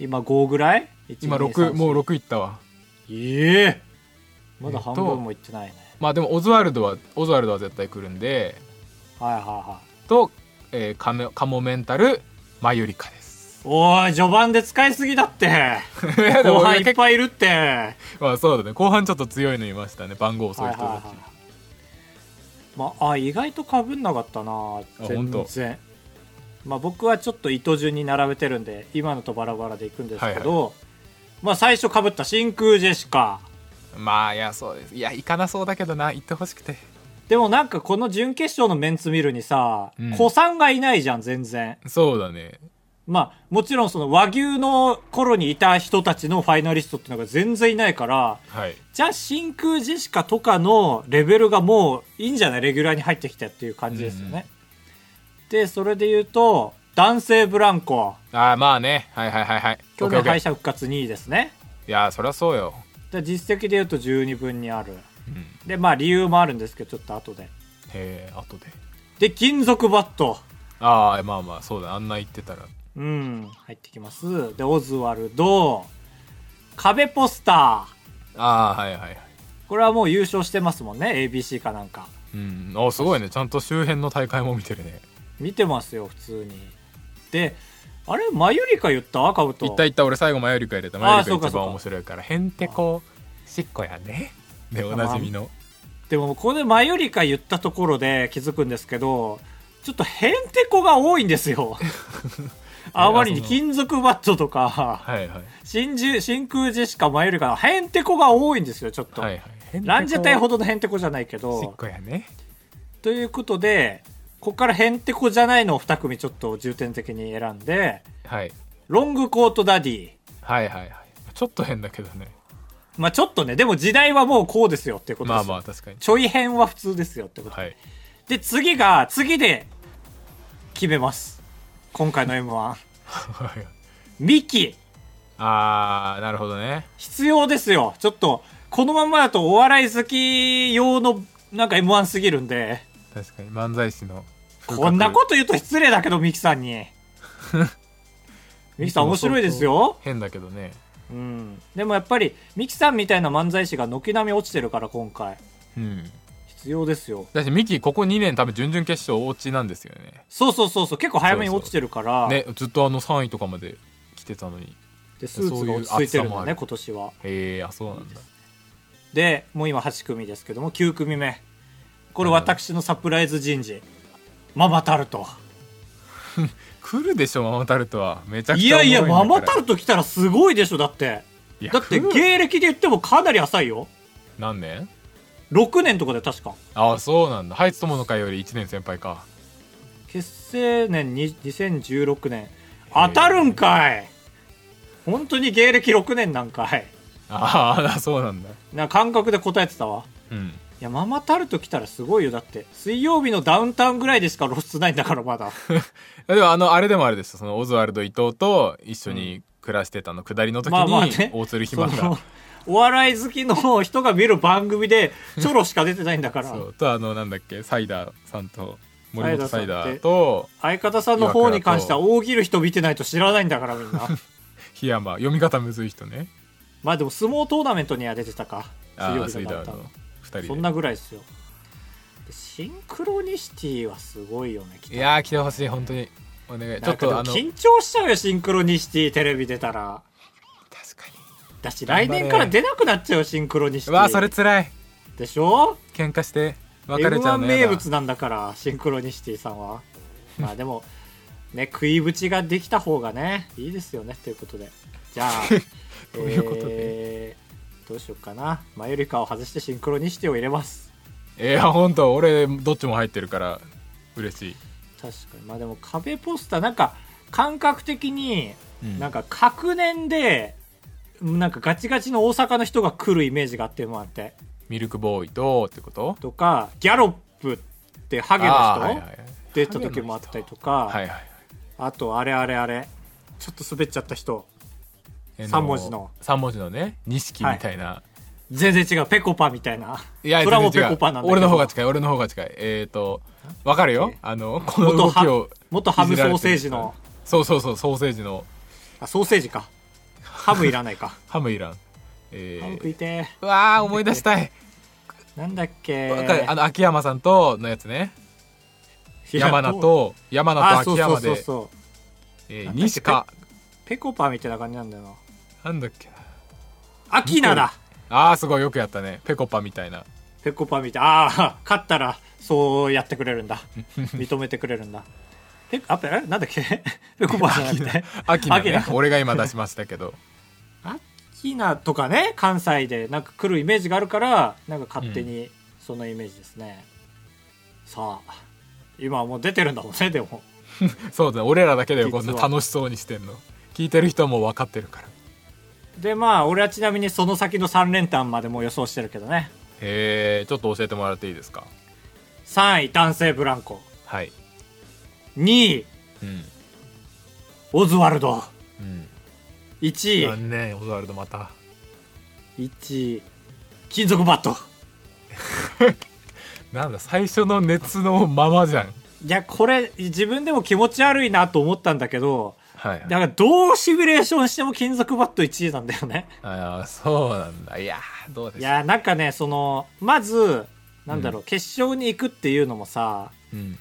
Speaker 2: 今5ぐらい
Speaker 1: 今6もう6いったわ
Speaker 2: うええまだ半分もいってないね、
Speaker 1: まあでもオズワルドはオズワルドは絶対来るんで
Speaker 2: はいはいはい
Speaker 1: と、えーカメカモメンタルマユリカです [laughs]
Speaker 2: おい序盤で使いすぎだって
Speaker 1: いや [laughs] でも
Speaker 2: 後
Speaker 1: 俺
Speaker 2: 輩いっ
Speaker 1: 結構
Speaker 2: ぱいいるってはい
Speaker 1: まあそうだね後半ちょっと強いのいましたね番号遅
Speaker 2: はい
Speaker 1: い人た
Speaker 2: はいまあ意外とかぶんなかったな全
Speaker 1: 本
Speaker 2: 然まあ僕はちょっと糸順に並べてるんで今のとバラバラでいくんですけど、まあ最初かぶった真空ジェシカ
Speaker 1: ちまあいやそうですいや行かなそうだけどな行ってほしくて
Speaker 2: でもなんかこの準決勝のメンツ見るにさ、
Speaker 1: うん
Speaker 2: 子さんがいないじゃん全然
Speaker 1: そうだね
Speaker 2: まあ、もちろんその和牛の頃にいた人たちのファイナリストっていうのが全然いないから、
Speaker 1: はい
Speaker 2: じゃあ真空ジェシカとかのレベルがもういいんじゃないレギュラーに入ってきたっていう感じですよね。で、それで言うと、男性ブランコ。
Speaker 1: ああまあねはいはいはいはい
Speaker 2: 去
Speaker 1: OK
Speaker 2: 年
Speaker 1: OK
Speaker 2: 敗者復活2位ですね。
Speaker 1: いやーそりゃそうよ
Speaker 2: で実績で言うと12分にある。
Speaker 1: うん
Speaker 2: で、まあ理由もあるんですけど、ちょっと後で。
Speaker 1: へえ後で
Speaker 2: で、金属バット。
Speaker 1: ああまあまあそうだあんな言ってたら
Speaker 2: うん、入ってきます。で、オズワルド。壁ポスター。
Speaker 1: ああはいはいはい
Speaker 2: これはもう優勝してますもんね ABC かなんか
Speaker 1: うんあすごいねちゃんと周辺の大会も見てるね
Speaker 2: 見てますよ普通にであれマユリカ言ったカブト
Speaker 1: いったいった俺最後マヨリカ入れた
Speaker 2: あー
Speaker 1: マヨリカ
Speaker 2: そうか
Speaker 1: 一
Speaker 2: そう
Speaker 1: 番
Speaker 2: か
Speaker 1: 面白いからへんてこしっこやねでおなじみの
Speaker 2: でもここでマユリカ言ったところで気づくんですけどちょっとヘンテコが多いんですよ [laughs] あまりに金属バットとか
Speaker 1: はいはい
Speaker 2: 真珠真空ジェシカマユリカヘンテコが多いんですよちょっと、
Speaker 1: はいはいへんてこ
Speaker 2: ランジェタイほどのヘンテコじゃないけ
Speaker 1: しっ
Speaker 2: ど
Speaker 1: こやね
Speaker 2: ということでここからヘンテコじゃないのを2組ちょっと重点的に選んで
Speaker 1: はい
Speaker 2: ロングコートダディ
Speaker 1: はいはいはいちょっと変だけどね
Speaker 2: まあちょっとね、でも時代はもうこうですよってことで
Speaker 1: ますあ
Speaker 2: よ。
Speaker 1: まあ確かに
Speaker 2: ちょい編は普通ですよってこと。
Speaker 1: はい [laughs]
Speaker 2: で、次が、次で、決めます。今回の M1。ミキ、
Speaker 1: ああなるほどね
Speaker 2: 必要ですよ。ちょっと、このままだとお笑い好き用の、なんか M1 すぎるんで、
Speaker 1: 確かに漫才師の風格
Speaker 2: こんなこと言うと失礼だけど、ミキさん [laughs] に。ミキさん面白いですよ。
Speaker 1: 変だけどね
Speaker 2: うん。でもやっぱり、ミキさんみたいな漫才師が軒並み落ちてるから、今回。
Speaker 1: うん
Speaker 2: 必要ですよ。
Speaker 1: だしミキここ2年多分準々決勝落ちなんですよね
Speaker 2: そうそうそうそう、結構早めに落ちてるから。
Speaker 1: ねずっとあの3位とかまで来てたのに
Speaker 2: でスーツが落ち着いてるんだね今年は
Speaker 1: へえあそうなんだ
Speaker 2: でもう今8組ですけども9組目これ私のサプライズ人事ママタルト
Speaker 1: 来るでしょママタルトはめちゃくちゃ
Speaker 2: いやいや
Speaker 1: おも
Speaker 2: マ
Speaker 1: ろんだ
Speaker 2: マ
Speaker 1: から
Speaker 2: タルト来たらすごいでしょだって
Speaker 1: いや
Speaker 2: だって
Speaker 1: 来る
Speaker 2: 芸歴で言ってもかなり浅いよ
Speaker 1: 何年
Speaker 2: 6年とかで確か
Speaker 1: ああそうなんだハイツ友の会より1年先輩か [laughs]
Speaker 2: 結成年に2016年当たるんかい本当に芸歴6年なんかい
Speaker 1: ああそうなんだ
Speaker 2: な感覚で答えてたわ
Speaker 1: うん
Speaker 2: いやママタルト来たらすごいよだって水曜日のダウンタウンぐらいでしか露出ないんだからまだ
Speaker 1: でもあのあれでもあれですよそのオズワルド伊藤と一緒に暮らしてたの下りの時
Speaker 2: まあまあ
Speaker 1: に
Speaker 2: ね
Speaker 1: 大鶴ひま
Speaker 2: その
Speaker 1: が
Speaker 2: お笑い好きの人が見る番
Speaker 1: [laughs]
Speaker 2: 組でチョロしか出てないんだから
Speaker 1: そうとあのなんだっけサイダーさんと森本サ
Speaker 2: サイ
Speaker 1: イダ
Speaker 2: ダーさんっ
Speaker 1: ー
Speaker 2: て
Speaker 1: と
Speaker 2: 相方さんの方に関しては
Speaker 1: い
Speaker 2: 大喜利人見てないと知らないんだからみ
Speaker 1: [laughs]
Speaker 2: んな
Speaker 1: 檜山読み方むずい人ね
Speaker 2: まあでも相撲トーナメントには出てたか
Speaker 1: あ
Speaker 2: 強
Speaker 1: あ
Speaker 2: い
Speaker 1: サイ
Speaker 2: のだ
Speaker 1: ダ
Speaker 2: っ
Speaker 1: ー
Speaker 2: た
Speaker 1: の2
Speaker 2: そ
Speaker 1: 人
Speaker 2: ん
Speaker 1: で
Speaker 2: なぐらいですよでシンクロニシティはすごいよねきっ
Speaker 1: いやー来てほしい本当にお願い
Speaker 2: と
Speaker 1: ちょっと
Speaker 2: な
Speaker 1: あ
Speaker 2: ん
Speaker 1: の
Speaker 2: か
Speaker 1: 確
Speaker 2: でも緊張しちゃうよシンクロニシティテレビ出た
Speaker 1: か
Speaker 2: らだし
Speaker 1: 頑張
Speaker 2: 来
Speaker 1: れ
Speaker 2: 年から出なくなっちゃうよシンクロニシ
Speaker 1: に
Speaker 2: テ
Speaker 1: うわー
Speaker 2: ィ
Speaker 1: それつらい
Speaker 2: でしょ
Speaker 1: 喧嘩して別
Speaker 2: m
Speaker 1: れちゃ
Speaker 2: 1
Speaker 1: うのや
Speaker 2: 名
Speaker 1: だ
Speaker 2: 物なんだからシンクロニシティさん
Speaker 1: [laughs]
Speaker 2: はまあでもね食いぶちができた方がねいいですよねということでじ
Speaker 1: [laughs]
Speaker 2: ゃあ
Speaker 1: ということで
Speaker 2: えーどうしようかなマユリカを外してシンクロニシティを入れます
Speaker 1: いや本当俺どっちも入ってるから嬉しい、
Speaker 2: 確かにまあでも壁ポスターなんか感覚的になん
Speaker 1: か
Speaker 2: か隔年でなんかガチガチの大阪の人が来るイメージがあってもあって
Speaker 1: ミルクボーイとってこと
Speaker 2: とかギャロップってハゲ
Speaker 1: あーはい
Speaker 2: の
Speaker 1: はい
Speaker 2: 人
Speaker 1: はい
Speaker 2: 出た時もあったりとか、
Speaker 1: はいはい
Speaker 2: あとあれあれあれちょっと滑っちゃった人
Speaker 1: え
Speaker 2: 三文字の
Speaker 1: 三文字のね錦みたいな、、
Speaker 2: 全然違うペコパみたいない
Speaker 1: や
Speaker 2: それはもう
Speaker 1: 全然違
Speaker 2: ペコパなんだけど
Speaker 1: 俺の方が近い俺の方が近いえっ、とわかるよあのこの
Speaker 2: 元
Speaker 1: 動
Speaker 2: ハ
Speaker 1: き
Speaker 2: ム
Speaker 1: を
Speaker 2: 元ハムソーセージの
Speaker 1: そうそうそうソーセージの
Speaker 2: あソーセージかハムいらないか
Speaker 1: ハムいらんえ
Speaker 2: ハム食
Speaker 1: ー、
Speaker 2: いて
Speaker 1: うわー思い出したい、
Speaker 2: ーなんだっけ
Speaker 1: わかるあの秋山さんとのやつね
Speaker 2: いや
Speaker 1: 山名と山
Speaker 2: あ
Speaker 1: 名と秋
Speaker 2: そうそ
Speaker 1: 山
Speaker 2: うそう
Speaker 1: で
Speaker 2: そう
Speaker 1: えー
Speaker 2: なんだっけ
Speaker 1: 西か
Speaker 2: ペコパみたいな感じなんだよな
Speaker 1: なんだっけな
Speaker 2: アキナだ
Speaker 1: あーすごいよくやったねぺこぱみたいな
Speaker 2: ペコパみたいああ勝ったらそうやってくれるんだ認めてくれるんだペあペなんだっ
Speaker 1: [laughs]
Speaker 2: けペコパじゃなくて
Speaker 1: 秋名
Speaker 2: ア
Speaker 1: ね
Speaker 2: キナ
Speaker 1: 俺が今出しましたけど [laughs]
Speaker 2: アキナとかね関西でなんか来るイメージがあるからなんか勝手にそのイメージですね、さあ今はもう出てるんだもんねでも
Speaker 1: そうだね俺らだけだよ
Speaker 2: 実
Speaker 1: こ
Speaker 2: は
Speaker 1: んな楽しそうにしてんの聞いてる人はもう分かってるから
Speaker 2: でまあ俺はちなみにその先の3連単までもう予想してるけどね
Speaker 1: へえちょっと教えてもらっていいですか
Speaker 2: 3位男性ブランコ
Speaker 1: はい
Speaker 2: 2位
Speaker 1: うん
Speaker 2: オズワルド
Speaker 1: うん
Speaker 2: 1位
Speaker 1: 残念オズワルドまた
Speaker 2: 1位金属バット
Speaker 1: なんだ最初の熱のままじゃん
Speaker 2: いやこれ自分でも気持ち悪いなと思ったんだけど
Speaker 1: はい
Speaker 2: だからどうシミュレーションしても金属バット1位なんだよね
Speaker 1: ああそうなんだいやーどうで
Speaker 2: い
Speaker 1: すか
Speaker 2: やなんかねそのまずなんだろう、決勝に行くっていうのもさ
Speaker 1: うん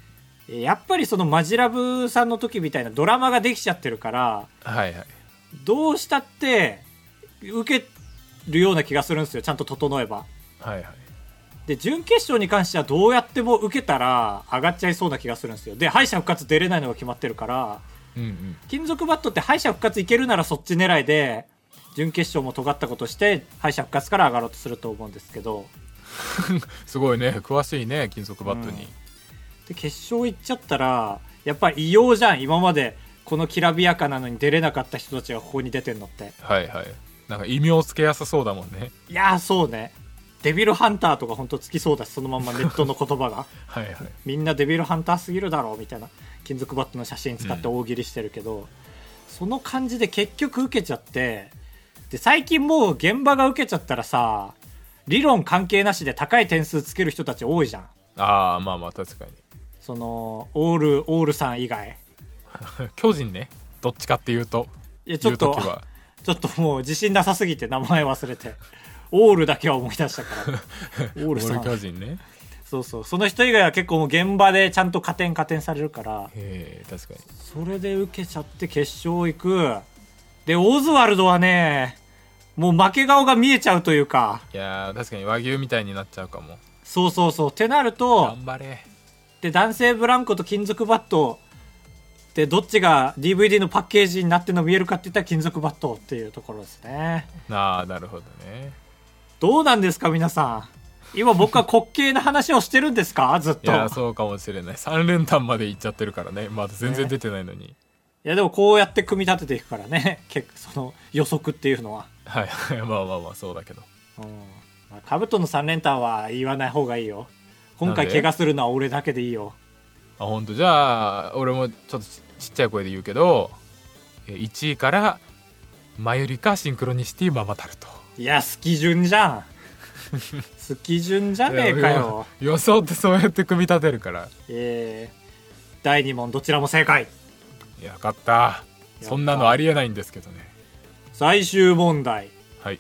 Speaker 2: やっぱりそのマジラブさんの時みたいなドラマができちゃってるから
Speaker 1: はいはい
Speaker 2: どうしたって受けるような気がするんですよちゃんと整えば
Speaker 1: はいはい
Speaker 2: で準決勝に関してはどうやっても受けたら上がっちゃいそうな気がするんですよで敗者復活出れないのが決まってるから
Speaker 1: うんうん
Speaker 2: 金属バットって敗者復活いけるならそっち狙いで準決勝も尖ったことして敗者復活から上がろうとすると思うんですけど
Speaker 1: すごいね詳しいね金属バットに、
Speaker 2: で決勝行っちゃったらやっぱり異様じゃん今までこのきらびやかなのに出れなかった人たちがここに出てんのって
Speaker 1: はいはいなんか異名つけやすそうだもんね
Speaker 2: いやーそうねデビルハンターとかほんとつきそうだしそのまんまネットの言
Speaker 1: [laughs]
Speaker 2: 葉が
Speaker 1: はいはい
Speaker 2: みんなデビルハンターすぎるだろうみたいな金属バットの写真使って大喜利してるけど、その感じで結局受けちゃってで最近もう現場が受けちゃったらさ理論関係なしで高い点数つける人たち多いじゃん
Speaker 1: ああまあまあ確かに
Speaker 2: そのオールオールさん以外
Speaker 1: 巨人ねどっちかっていうと
Speaker 2: いやちょっと
Speaker 1: 言う時は
Speaker 2: ちょっともう自信なさすぎて名前忘れて。オールだけは思い出した [laughs] から。オールさ
Speaker 1: 俺巨
Speaker 2: ん。
Speaker 1: 人ね
Speaker 2: そうそう。その人以外は結構もう現場でちゃんと加点加点されるから、
Speaker 1: へえ確かに
Speaker 2: それで受けちゃって決勝行く。で、オズワルドはね、もう負け顔が見えちゃうというか、
Speaker 1: いやー確かに和牛みたいになっちゃうかも
Speaker 2: そうそうそう。ってなると、
Speaker 1: 頑張れ
Speaker 2: で、男性ブランコと金属バット、で、どっちが DVD のパッケージになってるの見えるかって言ったら金属バットっていうところですね。
Speaker 1: ああなるほどね
Speaker 2: どうなんですか皆さん今僕は滑稽な話をしてるんですかずっ
Speaker 1: い
Speaker 2: とい
Speaker 1: やー
Speaker 2: や
Speaker 1: そうかもしれない3連単までいっちゃってるからねまだ全然出てないのに、
Speaker 2: でもこうやって組み立てていくからね結構その予測っていうのは
Speaker 1: はい [laughs] まあまあまあそうだけど
Speaker 2: うんまあカブトの3連単は言わない方がいいよ今回
Speaker 1: なんで
Speaker 2: 怪我するのは俺だけでいいよ
Speaker 1: あ本当じゃあ俺もちょっとちちっちゃい声で言うけどえー1位からマユリかシンクロニシティママタルト
Speaker 2: いや好き順じ
Speaker 1: [laughs]
Speaker 2: ゃん好き順じゃねえかよ
Speaker 1: いや予想ってそうやって組み立てるから
Speaker 2: えー第2問どちらも正解
Speaker 1: いやよかったそんなのありえないんですけどね
Speaker 2: 最終問題
Speaker 1: はい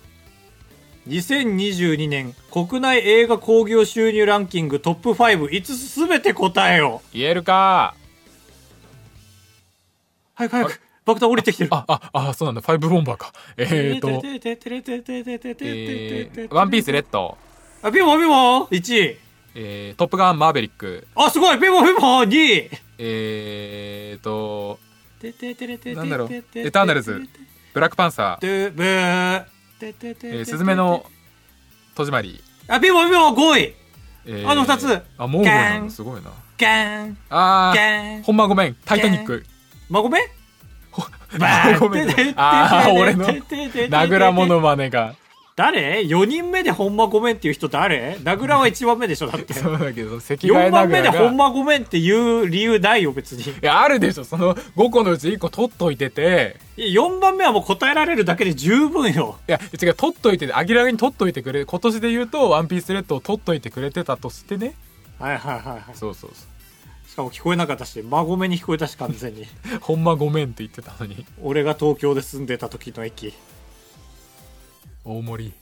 Speaker 2: 2022年国内映画興行収入ランキングトップ55つ全て答えよ
Speaker 1: 言えるか
Speaker 2: 早く早く爆弾降りてきてる
Speaker 1: あああそうなんだファイブボンバーかえー、と、
Speaker 2: え
Speaker 1: えーワンピースレッド、
Speaker 2: あ、ピモピモ !1 位。
Speaker 1: えートップガンマーベリック
Speaker 2: あ、すごいピモピモ !2 位。
Speaker 1: えー、とブラックパンサー、
Speaker 2: で、ブー。
Speaker 1: えー、スズメの。戸締まり、
Speaker 2: あ、ピモピモ !5 位。
Speaker 1: えー
Speaker 2: あの二つ
Speaker 1: あもう五位な
Speaker 2: ガン
Speaker 1: のすごいな
Speaker 2: ガン。
Speaker 1: あ
Speaker 2: ガン
Speaker 1: ーほんまごめん「タイタニック
Speaker 2: まごめ」
Speaker 1: ごめんあー俺の名倉モノマネが
Speaker 2: 誰 ?4 人目でほんまごめんっていう人誰名倉は1番目でしょだって。
Speaker 1: そうだけど赤外
Speaker 2: 4
Speaker 1: 名
Speaker 2: 番目
Speaker 1: 倉
Speaker 2: で
Speaker 1: が
Speaker 2: ほんまごめんっていう理由ないよ別に。
Speaker 1: いやあるでしょその5個のうち1個取っといてて
Speaker 2: いや4番目はもう答えられるだけで十分よ。
Speaker 1: いや違う取っといてて明らかに取っといてくれ今年で言うと「ワンピースレッドを取っといてくれてたとしてね
Speaker 2: はいはいはいはい。
Speaker 1: そうそうそ
Speaker 2: しかも聞こえなかったし、孫目に聞こえたし完全に。 [laughs]
Speaker 1: うほんまごめんって言ってたのに
Speaker 2: 俺が東京で住んでた時の駅。
Speaker 1: 大盛り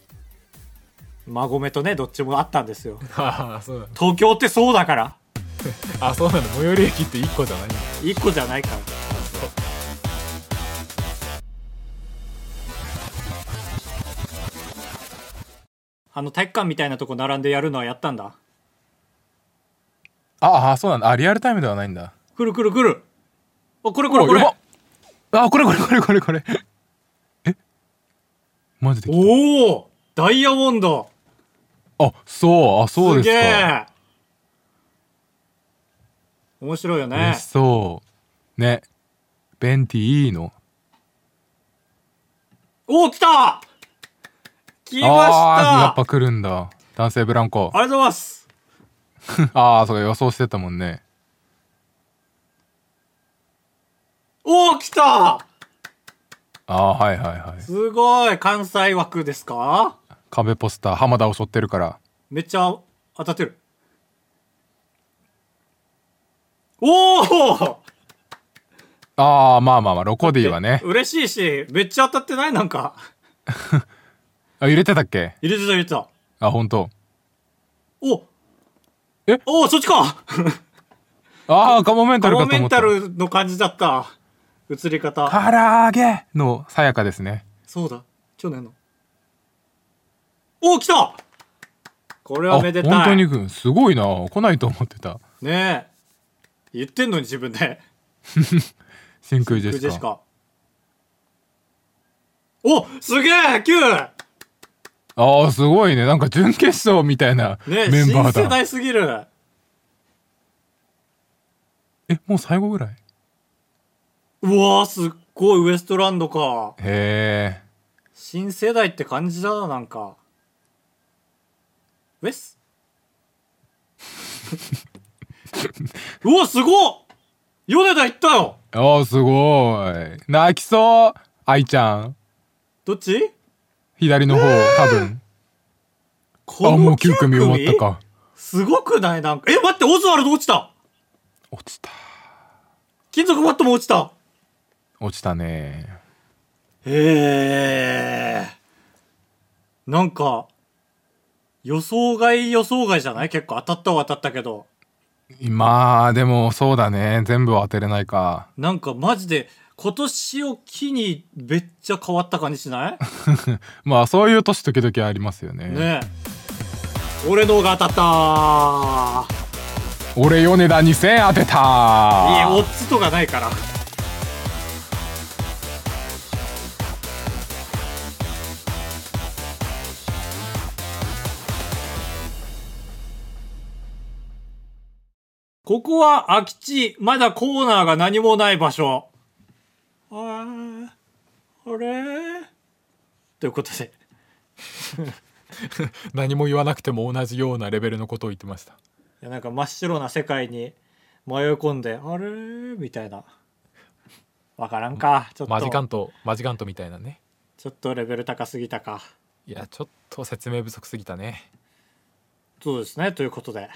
Speaker 2: 孫目とね、どっちもあったんですよ。
Speaker 1: ああそうなの
Speaker 2: 東京ってそうだから。
Speaker 1: あそうなの最寄り駅って1個じゃないんだ
Speaker 2: 1個じゃないから。あの体育館みたいなとこ並んでやるのはやったんだ。
Speaker 1: ああそうなんだあリアルタイムではないんだ
Speaker 2: くるくるくる。お、これこれこれ。
Speaker 1: あこれこれこれこれこれえマジで
Speaker 2: おおダイヤモンド
Speaker 1: あそうあそうです
Speaker 2: げ
Speaker 1: か
Speaker 2: え面白いよね
Speaker 1: 嬉しそうねベンティいいの
Speaker 2: おお来た来ました
Speaker 1: あーやっ
Speaker 2: あ
Speaker 1: ぱ来るんだ男性ブランコ
Speaker 2: りがとうございます
Speaker 1: ああそうか予想してたもんね
Speaker 2: おお来た
Speaker 1: ああーはいはいはい
Speaker 2: すごい関西枠ですか
Speaker 1: 壁ポスター浜田を背負ってるから
Speaker 2: めっちゃ当たってるおお
Speaker 1: ああまあまあまあロコディはね
Speaker 2: 嬉しいしめっちゃ当たってないなんか
Speaker 1: あ入れてたっけ
Speaker 2: 入れてた入れてた
Speaker 1: あ本当
Speaker 2: お
Speaker 1: え
Speaker 2: おおそっちか
Speaker 1: ああカモメンタ
Speaker 2: カ
Speaker 1: ル
Speaker 2: モ
Speaker 1: かと
Speaker 2: メ
Speaker 1: 思
Speaker 2: ン
Speaker 1: った
Speaker 2: タルの感じだった映り方
Speaker 1: 唐揚げのさやかですね
Speaker 2: そうだ去年のお来たこれはめでたい
Speaker 1: あ本当にくんすごいな来ないと思ってた
Speaker 2: ねえ言ってんのに自分で
Speaker 1: 真空ジ
Speaker 2: ジ
Speaker 1: ェシ
Speaker 2: ェ
Speaker 1: カ
Speaker 2: シカおすげえ 9!
Speaker 1: ああすごいねなんか準決勝みたいな
Speaker 2: ねえ
Speaker 1: メンバー
Speaker 2: 新世
Speaker 1: だ、
Speaker 2: 代すぎる
Speaker 1: えもう最後ぐらいう
Speaker 2: わーすっごいウエストランドか
Speaker 1: へえ
Speaker 2: 新世代って感じだななんかウ
Speaker 1: [laughs]
Speaker 2: エスうわすごっ米田行ったよ
Speaker 1: ああすごい泣きそう愛ちゃん
Speaker 2: どっち
Speaker 1: 左の方多分
Speaker 2: こ
Speaker 1: あもう
Speaker 2: の
Speaker 1: 9組
Speaker 2: 9組
Speaker 1: 終わったか
Speaker 2: すごくないなんか。え、待って、オズワルド落ちた
Speaker 1: 落ちた
Speaker 2: 金属バットも落ちた
Speaker 1: 落ちたね
Speaker 2: へえ。なんか、予想外予想外じゃない結構当たったは当たったけど。
Speaker 1: まあでもそうだね全部は当てれないか [laughs]
Speaker 2: なんかマジで、今年を機にめっちゃ変わった感じしない
Speaker 1: まあそういう年時々ありますよね
Speaker 2: ねえ。俺のが当たったー
Speaker 1: 俺米田2000当てた
Speaker 2: いや、オッズとかないから。ここは空き地、まだコーナーが何もない場所。あーあれということで、
Speaker 1: 何も言わなくても同じようなレベルのことを言ってました
Speaker 2: いやなんか真っ白な世界に迷い込んで、あれみたいな。わからんか。ちょっ
Speaker 1: マジカ
Speaker 2: と、
Speaker 1: ントマジカントみたいなね
Speaker 2: ちょっとレベル高すぎたか。
Speaker 1: いやちょっと説明不足すぎたね
Speaker 2: そうですね。ということで、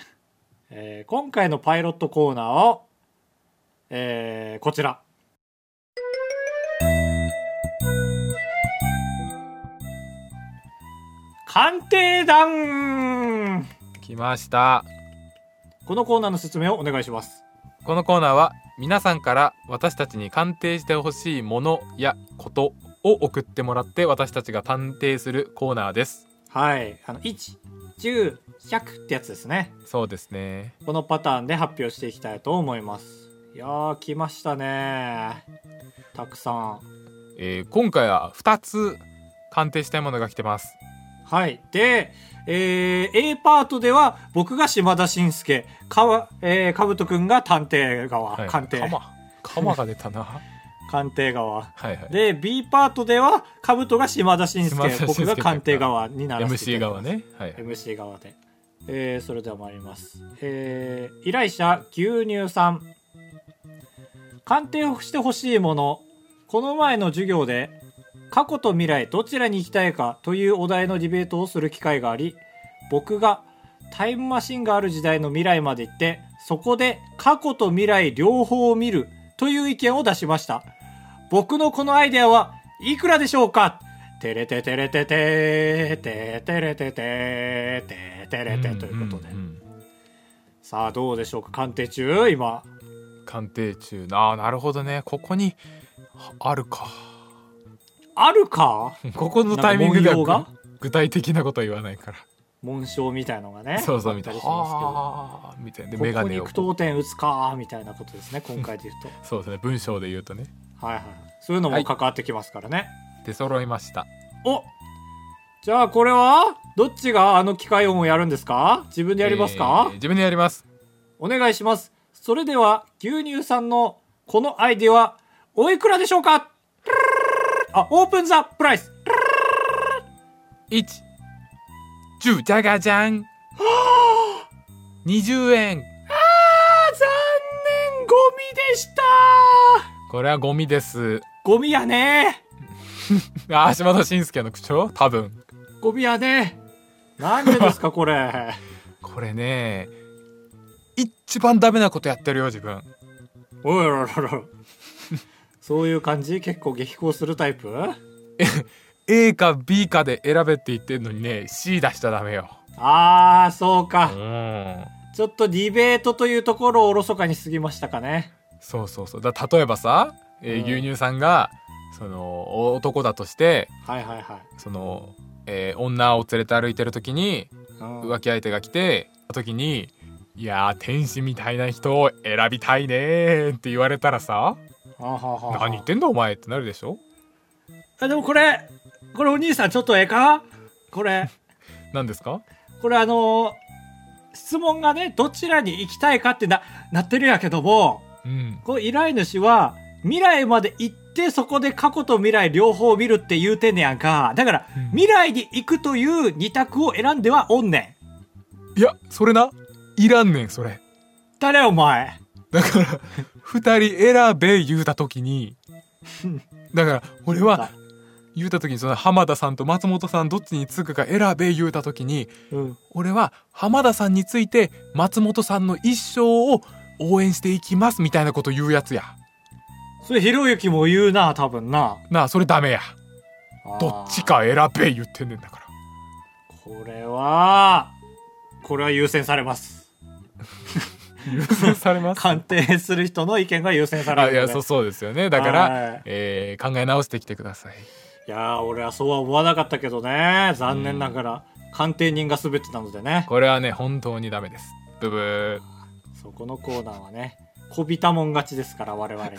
Speaker 2: えー今回のパイロットコーナーを、えーこちら。鑑定団
Speaker 1: 来ました
Speaker 2: このコーナーの説明をお願いします。
Speaker 1: このコーナーは皆さんから私たちに鑑定してほしいものやことを送ってもらって私たちが探偵するコーナーです
Speaker 2: はい。あの、1、10、100ってやつですね。
Speaker 1: そうですね
Speaker 2: このパターンで発表していきたいと思います。いやー、来ましたねたくさん。
Speaker 1: えー今回は2つ鑑定したいものが来てます
Speaker 2: はい。で、えー A パートでは僕が島田紳介、かわ、えー、かぶとくんが探偵側、
Speaker 1: はい
Speaker 2: 鑑定。 [laughs]
Speaker 1: 鎌鎌が出たな
Speaker 2: 官邸側
Speaker 1: はいはい
Speaker 2: で B パートでは兜が島田紳
Speaker 1: 島田
Speaker 2: 介
Speaker 1: 紳
Speaker 2: 僕
Speaker 1: 介
Speaker 2: が官邸側にならせて
Speaker 1: MC
Speaker 2: いた
Speaker 1: 側
Speaker 2: だきます
Speaker 1: ねはい
Speaker 2: MC 側で、えーそれでは参ります、えー依頼者牛乳さん鑑定をしてほしいものこの前の授業で過去と未来どちらに行きたいかというお題のディベートをする機会があり僕がタイムマシンがある時代の未来まで行ってそこで過去と未来両方を見るという意見を出しました僕のこのアイデアはいくらでしょうかてれててれててててれててててれてということで、
Speaker 1: んん
Speaker 2: さあどうでしょうか鑑定中今
Speaker 1: うん鑑定中ああなるほどねここにはあるか [laughs]
Speaker 2: あるか
Speaker 1: ここのタイミングでは
Speaker 2: なんか文様が
Speaker 1: 具具体的なことは言わないから
Speaker 2: 紋章みたいのがね
Speaker 1: そうそうみた
Speaker 2: あ
Speaker 1: い
Speaker 2: っ
Speaker 1: な
Speaker 2: たりしま
Speaker 1: はあみたいなです
Speaker 2: け
Speaker 1: メ
Speaker 2: ど
Speaker 1: ガ
Speaker 2: ここ
Speaker 1: ネ
Speaker 2: に
Speaker 1: を
Speaker 2: 句読点打つかみたいなことですね今回で言うと
Speaker 1: そうですね文章で言うとね
Speaker 2: はいはいそういうの
Speaker 1: は
Speaker 2: も
Speaker 1: い
Speaker 2: 関わってきますからね、
Speaker 1: 出揃いました
Speaker 2: おじゃあこれはどっちがあの機械音をやるんですか自分でやりますか
Speaker 1: えー、自分でやります
Speaker 2: お願いしますそれでは牛乳さんのこのアイディアはおいくらでしょうかあオープンザプライス
Speaker 1: 1十0じゃがじゃん20円
Speaker 2: あ残念ゴミでした
Speaker 1: これはゴミです
Speaker 2: ゴミやね
Speaker 1: あー島田紳介の口調多分
Speaker 2: ゴミやねなんでですかこれ [laughs]
Speaker 1: これね一番ダメなことやってるよ自分
Speaker 2: おいおいおいおいそういう感じ結構激高するタイプ
Speaker 1: A か B かで選べって言ってんのにね C 出しちゃダメよ
Speaker 2: あーそう
Speaker 1: う
Speaker 2: か
Speaker 1: ん
Speaker 2: ちょっとディベートというところをおろそかに過ぎましたかね
Speaker 1: そうそうそうだ例えばさ、えー
Speaker 2: うん
Speaker 1: 牛乳さんがその男だとして
Speaker 2: はいはいはい
Speaker 1: その、えー女を連れて歩いてる時に
Speaker 2: うん
Speaker 1: 浮気相手が来て時に「いやー天使みたいな人を選びたいねー」って言われたらさ
Speaker 2: あはあは
Speaker 1: 「
Speaker 2: あはあ
Speaker 1: 何言ってんだお前」ってなるでしょ
Speaker 2: あでもこれこれお兄さんちょっとええかこれ
Speaker 1: 何ですか
Speaker 2: これあのー質問がねどちらに行きたいかってななってるんやけども
Speaker 1: うん
Speaker 2: こう依頼主は未来まで行ってそこで過去と未来両方見るって言うてんねやんかだから、
Speaker 1: うん
Speaker 2: 未来に行くという二択を選んではおんね
Speaker 1: いやそれないらんねんそれ
Speaker 2: ん誰お前
Speaker 1: だから [laughs] 二人選べ言うた時にだから俺は言うた時にその浜田さんと松本さんどっちにつくか選べ言うた時に
Speaker 2: うん
Speaker 1: 俺は浜田さんについて松本さんの一生を応援していきますみたいなこと言うやつや
Speaker 2: それひろゆきも言うな多分な
Speaker 1: なあそれダメや
Speaker 2: あー
Speaker 1: どっちか選べ言ってんねんだから
Speaker 2: これはこれは優先されます
Speaker 1: 優先されます
Speaker 2: 鑑定する人の意見が優先される
Speaker 1: あ
Speaker 2: の
Speaker 1: [laughs] い
Speaker 2: で
Speaker 1: やそうそうですよねだから、
Speaker 2: はい
Speaker 1: えー考え直してきてください
Speaker 2: いやー俺はそうは思わなかったけどね残念ながら、鑑定人が全てなのでね
Speaker 1: これはね本当にダメですブブ
Speaker 2: [laughs]
Speaker 1: ー
Speaker 2: そこのコーナーはねこびたもん勝ちですから
Speaker 1: [laughs]
Speaker 2: 我々に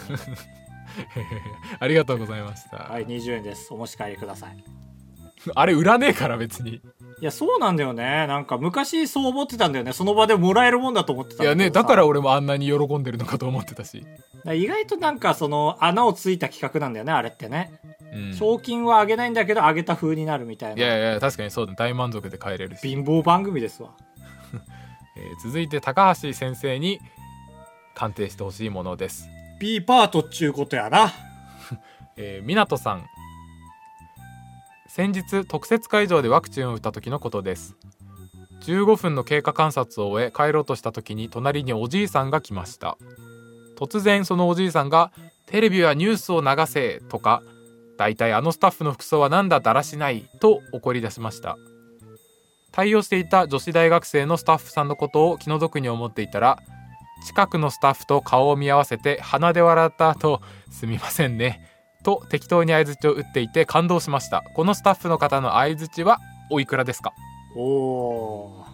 Speaker 1: ありがとうございました、
Speaker 2: はい20円ですお持ち帰りください
Speaker 1: あれ売らねえから別に
Speaker 2: いやそうなんだよねなんか昔そう思ってたんだよねその場でもらえるもんだと思ってた
Speaker 1: い
Speaker 2: ん
Speaker 1: や
Speaker 2: けどさ
Speaker 1: ねだから俺もあんなに喜んでるのかと思ってたし、
Speaker 2: 意外となんかその穴をついた企画なんだよねあれってね、
Speaker 1: うん、
Speaker 2: 賞金はあげないんだけどあげた風になるみたい
Speaker 1: い
Speaker 2: な
Speaker 1: やいや確かにそうだ大満足で帰れるし
Speaker 2: 貧乏番組ですわ
Speaker 1: えー続いて高橋先生に鑑定してほしいものです、
Speaker 2: B パートっちゅうことやな
Speaker 1: えー、港さん先日特設会場でワクチンを打った時のことです15分の経過観察を終え帰ろうとした時に隣におじいさんが来ました突然そのおじいさんが「テレビはニュースを流せ」とか「だいたいあのスタッフの服装はなんだだらしない」と怒り出しました対応していた女子大学生のスタッフさんのことを気の毒に思っていたら近くのスタッフと顔を見合わせて鼻で笑った後「すみませんね」と適当に相づちを打っていて感動しましたこのスタッフの方の相づちはおいくらですか
Speaker 2: おお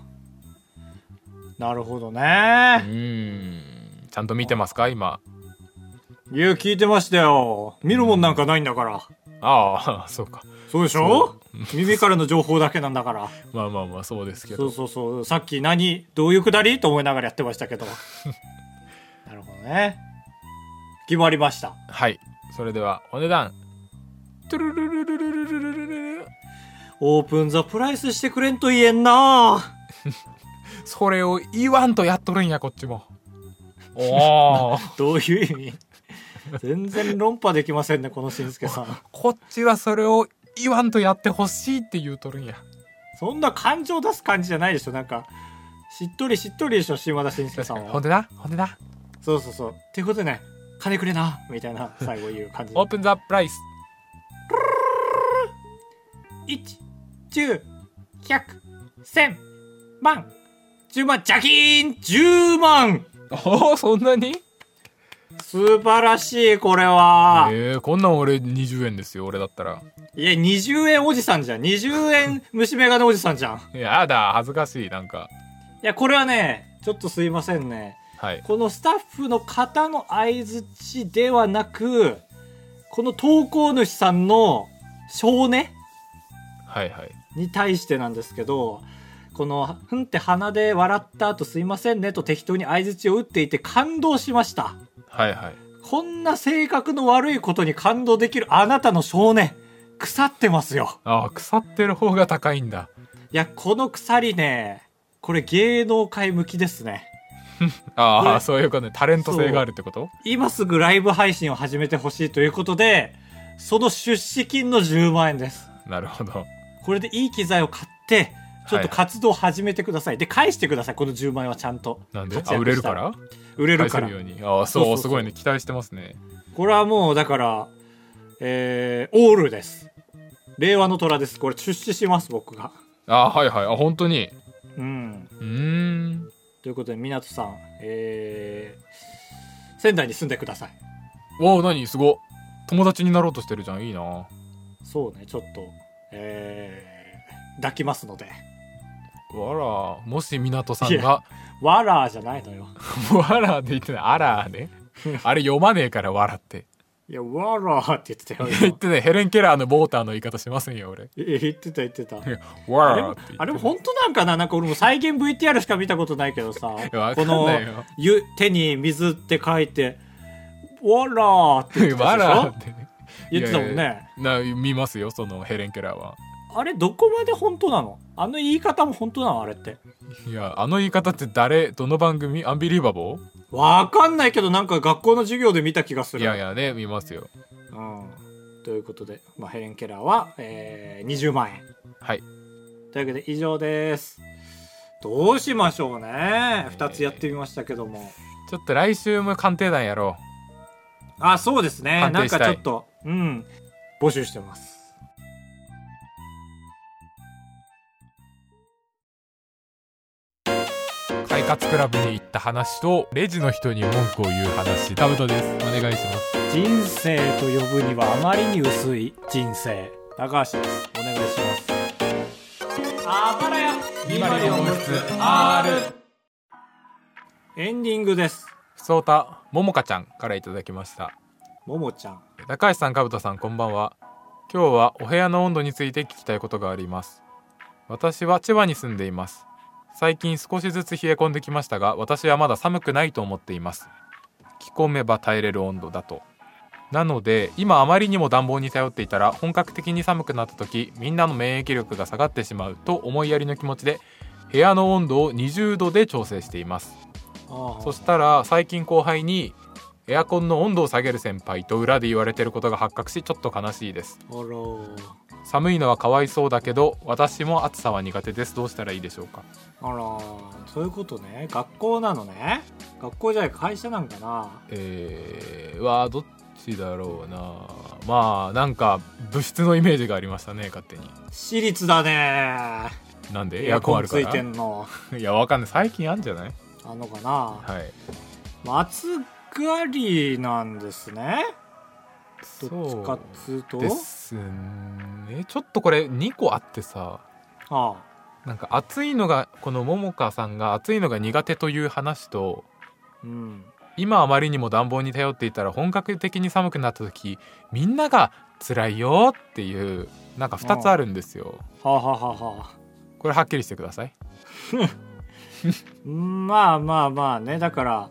Speaker 2: ーなるほど
Speaker 1: う
Speaker 2: ね
Speaker 1: ーんちゃんと見てますか今
Speaker 2: いや聞いてましたよ見るもんなんかないんだから
Speaker 1: ああそうか
Speaker 2: そうでしょ耳からの情報だけなんだ [laughs] から
Speaker 1: まあまあまあそうですけ
Speaker 2: そ
Speaker 1: ど
Speaker 2: うそうそうさっき何どういうくだりと思いながらや [laughs] ってましたけどなるほどね決まりました
Speaker 1: はいそれではお値段トゥルルルルルルルルルルル
Speaker 2: オープンザプライスしてくれんと言えんな
Speaker 1: それを言わんとやっとるんやこっちもおお
Speaker 2: どういう意 [laughs] 味全然論破できませんねこのしんすけさん
Speaker 1: こっちはそれを言わんとやってほしいって言うとるんや
Speaker 2: そんな感情出す感じじゃないでしょなんかしっとりしっとりでしょ島田紳介さん
Speaker 1: ほん
Speaker 2: は
Speaker 1: でなほんでな
Speaker 2: そうそうそうっていうことでね金くれなみたいな最後言う感じ
Speaker 1: オープンザプライス
Speaker 2: 一十百千万十万ジャキーン十万
Speaker 1: おおそんなに
Speaker 2: 素晴らしいこれは、
Speaker 1: えー、こんなん俺20円ですよ俺だったら
Speaker 2: いや20円おじさんじゃん20円虫眼鏡おじさんじゃん
Speaker 1: やだ恥ずかしいなんか
Speaker 2: いやこれはねちょっとすいませんね
Speaker 1: はい
Speaker 2: このスタッフの方の相づちではなくこの投稿主さんの性ね
Speaker 1: はいはい
Speaker 2: に対してなんですけどこの「ふん」って鼻で笑った後すいませんね」と適当に相づちを打っていて感動しました
Speaker 1: はいはい
Speaker 2: こんな性格の悪いことに感動できるあなたの性ね腐ってますよ
Speaker 1: ああ腐ってる方が高いんだ
Speaker 2: いやこの鎖ねこれ芸能界向きですね
Speaker 1: ああ
Speaker 2: ね
Speaker 1: そういうことねタレント性があるってこと
Speaker 2: 今すぐライブ配信を始めてほしいということでその出資金の10万円です
Speaker 1: なるほど
Speaker 2: これでいい機材を買ってちょっと活動を始めてください、で返してくださいこの10万円はちゃんと
Speaker 1: なんで
Speaker 2: 活躍した
Speaker 1: あ売れるから
Speaker 2: 売れるから
Speaker 1: 返せようにああそう
Speaker 2: そうそうそう
Speaker 1: すごいね期待してますね
Speaker 2: これはもうだからえー、オールです令和の虎ですこれ出資します僕が
Speaker 1: ああはいはいあ本当に
Speaker 2: うん
Speaker 1: うーん
Speaker 2: ということで湊さんえー、仙台に住んでください
Speaker 1: おお何すご友達になろうとしてるじゃんいいな
Speaker 2: そうねちょっとえー、抱きますので
Speaker 1: わらもし湊さんが
Speaker 2: わらーじゃないのよ
Speaker 1: [laughs] わらで言ってないあらねあれ読まねえから笑って
Speaker 2: いやわらーって言ってた
Speaker 1: [laughs]
Speaker 2: よ
Speaker 1: 言ってねヘレン・ケラーのボーターの言い方しませんよ俺
Speaker 2: 今言ってた言ってたあ
Speaker 1: わ
Speaker 2: れ
Speaker 1: ら
Speaker 2: も
Speaker 1: って言って
Speaker 2: あれも本当なんかななんか俺も再現 VTR しか見たことないけどさ
Speaker 1: やわか
Speaker 2: こ
Speaker 1: ん
Speaker 2: の
Speaker 1: ないよ
Speaker 2: ゆ手に水って書いて「わら」って言って
Speaker 1: [laughs]
Speaker 2: た
Speaker 1: わ
Speaker 2: でし
Speaker 1: ら
Speaker 2: ょ
Speaker 1: ってね
Speaker 2: 言ってたもんね
Speaker 1: いやいやな見ますよそのヘレン・ケラーは
Speaker 2: あれどこまで本当なのあの言い方も本当なのあれって
Speaker 1: いやあの言い方って誰どの番組アンビリーバボー
Speaker 2: わかんないけどなんか学校の授業で見た気がする
Speaker 1: いやいやね見ますよ
Speaker 2: うん、ということで、まあ、ヘレン・ケラーは、えー20万円
Speaker 1: はい
Speaker 2: というわけで以上ですどうしましょうね2つやってみましたけども、
Speaker 1: ちょっと来週も鑑定団やろ
Speaker 2: あそうですねな
Speaker 1: 鑑定
Speaker 2: ん
Speaker 1: した
Speaker 2: か
Speaker 1: い
Speaker 2: ちょっとうん募集してます
Speaker 1: う快活クラブに行った話とレジの人に文句を言う話タブトですお願いします
Speaker 2: 人生と呼ぶにはあまりに薄い人生高橋ですお願いしますあばらやエンディングです
Speaker 1: ふつおたももかちゃんからいただきました
Speaker 2: ももちゃん
Speaker 1: 高橋さんかぶとさんこんばんは今日はお部屋の温度について聞きたいことがあります私は千葉に住んでいます最近少しずつ冷え込んできましたが私はまだ寒くないと思っています着込めば耐えれる温度だとなので今あまりにも暖房に頼っていたら本格的に寒くなった時みんなの免疫力が下がってしまうと思いやりの気持ちで部屋の温度を20度で調整しています
Speaker 2: あ
Speaker 1: そしたら最近後輩にエアコンの温度を下げる先輩と裏で言われてることが発覚しちょっと悲しいです
Speaker 2: あらー
Speaker 1: 寒いのはかわいそうだけど私も暑さは苦手ですどうしたらいいでしょうか
Speaker 2: あらーそういうことね学校なのね学校じゃない会社なんかな
Speaker 1: えー、はどっちだろうなまあなんか物質のイメージがありましたね勝手に
Speaker 2: 私立だね
Speaker 1: なんで
Speaker 2: エ
Speaker 1: エア
Speaker 2: ア
Speaker 1: コン
Speaker 2: コ
Speaker 1: あ
Speaker 2: ン
Speaker 1: る
Speaker 2: つ
Speaker 1: か
Speaker 2: いて
Speaker 1: ら
Speaker 2: んの
Speaker 1: いやわかんない最近あんじゃない
Speaker 2: あのかな、
Speaker 1: はい
Speaker 2: まあ、暑がりなんですねどっちかっつうと
Speaker 1: そうですねちょっとこれ2個あってさ
Speaker 2: ああ
Speaker 1: なんか暑いのがこのももかさんが暑いのが苦手という話と
Speaker 2: うん
Speaker 1: 今あまりにも暖房に頼っていたら本格的に寒くなった時みんなが辛いよっていうなんか2つあるんですよ
Speaker 2: はあ、はあはあはあ
Speaker 1: これはっきりしてください
Speaker 2: うんまあまあまあねだから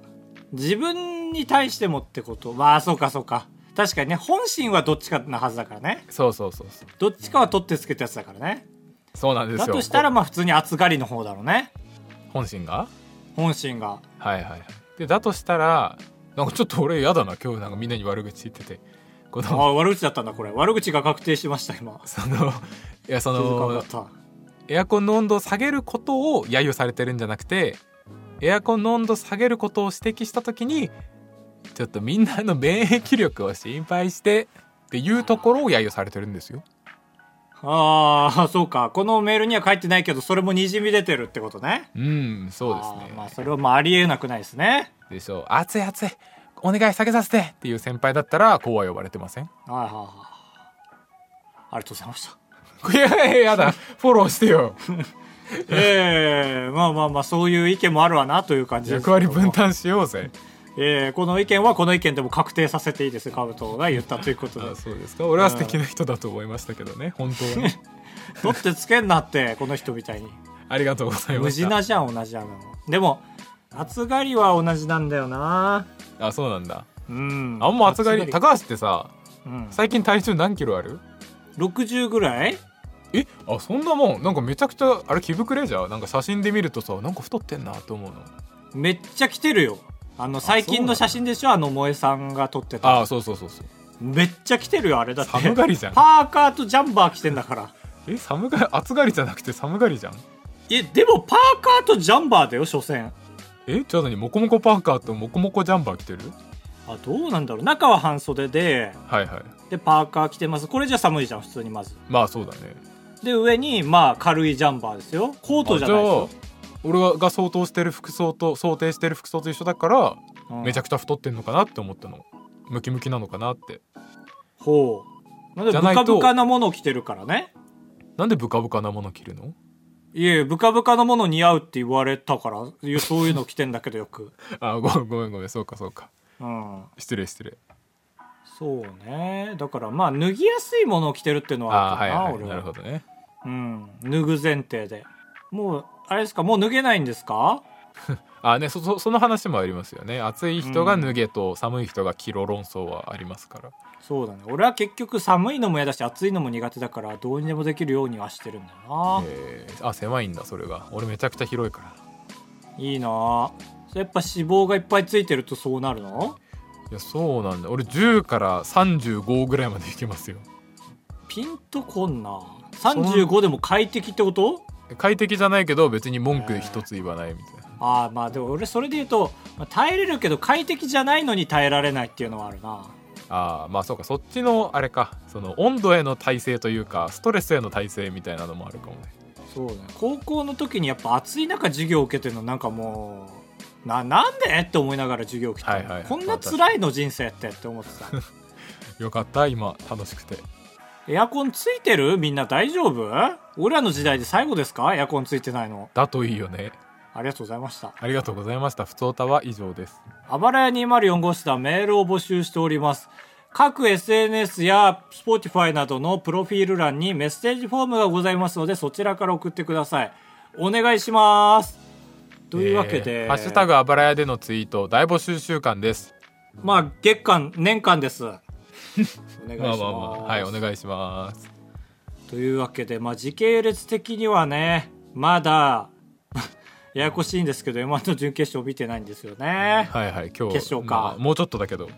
Speaker 2: 自分に対してもってことまあそうかそうか確かにね本心はどっちかなはずだからね
Speaker 1: そうそうそうそう
Speaker 2: どっちかは取ってつけたやつだからね
Speaker 1: そうなんです
Speaker 2: だ
Speaker 1: よ
Speaker 2: としたらまあ普通に暑がりの方だろうね
Speaker 1: 本心が
Speaker 2: 本心が
Speaker 1: はいはいはいでだとしたらなんかちょっと俺嫌だな今日なんかみんなに悪口言っててこ
Speaker 2: あ
Speaker 1: の
Speaker 2: あ悪口だったんだこれ悪口が確定しました今
Speaker 1: そのいやそ
Speaker 2: 気づかな
Speaker 1: の
Speaker 2: かっ
Speaker 1: エアコンの温度を下げることを揶揄されてるんじゃなくてエアコンの温度を下げることを指摘した時にちょっとみんなの免疫力を心配してっていうところを揶揄されてるんですよ
Speaker 2: たああそうかこのメールには書いてないけどそれもにじみ出てるってことね
Speaker 1: うんそうですね
Speaker 2: あーまあそれはまあありえなくないですね
Speaker 1: でしょう熱い熱いお願い下げさせてっていう先輩だったらこうは呼ばれてません
Speaker 2: はいはいはいありがとうござい
Speaker 1: [laughs]
Speaker 2: ました
Speaker 1: いやいややだフォローしてよ
Speaker 2: ええまあまあまあそういう意見もあるわなという感じです
Speaker 1: 役割分担しようぜ
Speaker 2: ええこの意見はこの意見でも確定させていいですカブトが言ったということで
Speaker 1: あそうですか俺は素敵な人だと思いましたけどね本当
Speaker 2: [laughs]
Speaker 1: に
Speaker 2: 取ってつけんなってこの人みたいに
Speaker 1: ありがとうございま
Speaker 2: [laughs] 無
Speaker 1: し
Speaker 2: 地
Speaker 1: た
Speaker 2: なじゃん同じなのでも暑がりは同じなんだよな
Speaker 1: あそうなんだ
Speaker 2: うん
Speaker 1: あんま暑がり
Speaker 2: 高
Speaker 1: 高橋ってさ
Speaker 2: うん、
Speaker 1: 最近体重何キロある
Speaker 2: 60ぐらい
Speaker 1: えあそんなもんなんかめちゃくちゃあれ気膨れじゃんなんか写真で見るとさなんか太ってんなと思うの
Speaker 2: めっちゃ来てるよあの最近の写真でしょあの萌えさんが撮ってた
Speaker 1: あそうそうそうそう
Speaker 2: めっちゃ来てるよあれだって
Speaker 1: 寒がりじゃん
Speaker 2: パーカーとジャンバー着てんだから
Speaker 1: え寒がり暑がりじゃなくて寒がりじゃん
Speaker 2: [laughs] えでもパーカーとジャンバーだよ所詮
Speaker 1: えちょっとにモコモコパーカーとモコモコジャンバー着てる
Speaker 2: あどうなんだろう中は半袖で
Speaker 1: はいはい
Speaker 2: でパーカー着てますこれじゃ寒いじゃん普通にまず
Speaker 1: まあそうだね
Speaker 2: で上にまあ軽いジャンバーですよコートじゃないですよ
Speaker 1: あじゃあ俺が想像してる服装と想定してる服装と一緒だから、
Speaker 2: うん
Speaker 1: めちゃくちゃ太ってんのかなって思ったのムキムキなのかなって
Speaker 2: ほうなんで
Speaker 1: じゃ
Speaker 2: ブ
Speaker 1: ない
Speaker 2: カ
Speaker 1: と
Speaker 2: ブカなものを着てるからね
Speaker 1: なんでブカブカなもの着るの
Speaker 2: いえブカブカのもの似合うって言われたからいやそういうの着てんだけどよ [laughs] く
Speaker 1: あごめんごめんごめんそうかそうか
Speaker 2: うん
Speaker 1: 失礼失礼
Speaker 2: そうねだからまあ脱ぎやすいものを着てるっていうの
Speaker 1: あ
Speaker 2: はあ
Speaker 1: あはい
Speaker 2: るかな、
Speaker 1: はい
Speaker 2: 俺は
Speaker 1: なるほどね
Speaker 2: うん、脱ぐ前提でもうあれですかもう脱げないんですか
Speaker 1: あねそそその話もありますよね暑い人が脱げと寒い人が着ろ論争はありますから、
Speaker 2: そうだね俺は結局寒いのも嫌だし暑いのも苦手だからどうにでもできるようにはしてるんだよな、
Speaker 1: えーあ狭いんだそれが俺めちゃくちゃ広いから
Speaker 2: いいなそれやっぱ脂肪がいっぱいついてるとそうなるの
Speaker 1: いやそうなんだ俺10から35ぐらいまでいけますよ
Speaker 2: ピンとこんな35でも快適ってこと
Speaker 1: 快適じゃないけど別に文句一つ言わないみたいな
Speaker 2: ああまあでも俺それで言うとまあ耐えれるけど快適じゃないのに耐えられないっていうのはあるな
Speaker 1: あーまあそうかそっちのあれかその温度への耐性というかストレスへの耐性みたいなのもあるかもね
Speaker 2: そうね高校の時にやっぱ暑い中授業を受けてるのなんかもうななんでって思いながら授業を受けてた、
Speaker 1: はいはい
Speaker 2: こんな辛いの人生ってって思ってた
Speaker 1: よかった今楽しくて
Speaker 2: エアコンついてるみんな大丈夫俺らの時代で最後ですかエアコンついてないの
Speaker 1: だといいよね
Speaker 2: ありがとうございました
Speaker 1: ありがとうございましたふつおたは以上です
Speaker 2: あばらや204号室ではメールを募集しております。各 SNS や Spotify などのプロフィール欄にメッセージフォームがございますので、そちらから送ってください。お願いします。というわけで、
Speaker 1: えーハッシュタグあばらやでのツイート大募集週間です
Speaker 2: まあ、月間、年
Speaker 1: [laughs]
Speaker 2: 間です。お願いします。
Speaker 1: まあまあまあはいお願いします
Speaker 2: というわけで、まあ、時系列的にはね、まだ、ややこしいんですけど、今の準決勝見てないんですよね。
Speaker 1: はいはい今日
Speaker 2: 決勝か
Speaker 1: まあもうちょっとだけど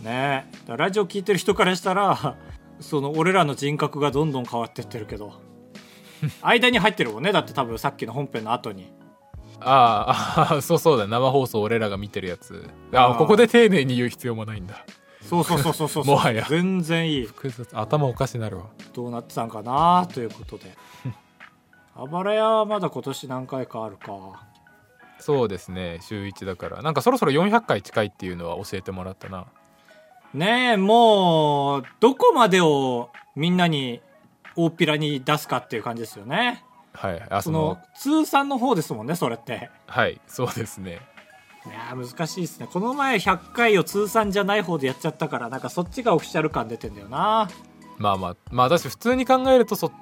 Speaker 2: ねえだからラジオ聞いてる人からしたらその俺らの人格がどんどん変わってってるけ
Speaker 1: [laughs]
Speaker 2: ど間に入ってるもんねだって多分さっきの本編の後に
Speaker 1: あーあーそうそうだ生放送俺らが見てるやつあ
Speaker 2: あー
Speaker 1: あここで丁寧に言う必要もないんだ
Speaker 2: そうそうそうそうそ
Speaker 1: [laughs]
Speaker 2: う
Speaker 1: もはや
Speaker 2: 全然いい
Speaker 1: 複雑頭おかしになるわ
Speaker 2: どうなってたんかなということであばらやはまだ今年何回かあるか
Speaker 1: そうですね週1だからなんかそろそろ400回近いっていうのは教えてもらったな
Speaker 2: ねえもうどこまでをみんなに大っぴらに出すかっていう感じですよね
Speaker 1: はいあ
Speaker 2: そ
Speaker 1: その
Speaker 2: の通算の方ですもんねそれって
Speaker 1: はいそうですね
Speaker 2: いやー難しいですねこの前100回を通算じゃない方でやっちゃったからなんかそっちがオフィシャル感出てんだよな
Speaker 1: まあまあまあ私普通に考えるとそっ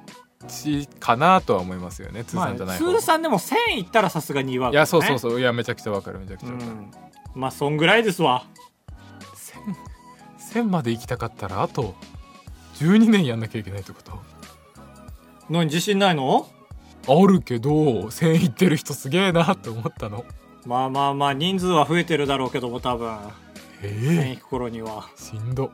Speaker 1: ちかなとは思いますよね通
Speaker 2: まあ
Speaker 1: 算じゃない方、
Speaker 2: 通算でも1000いったらさすがに言わん
Speaker 1: いやそうそうそういやめちゃくちゃわかるめちゃくちゃ
Speaker 2: う
Speaker 1: わかる、
Speaker 2: んまあそんぐらいですわ
Speaker 1: 1000まで行きたかったらあと12年やんなきゃいけないってこと
Speaker 2: 何自信ないの
Speaker 1: あるけど1000行ってる人すげえなって思ったの
Speaker 2: まあまあまあ人数は増えてるだろうけども多分
Speaker 1: ええ
Speaker 2: 線引く頃には
Speaker 1: しんど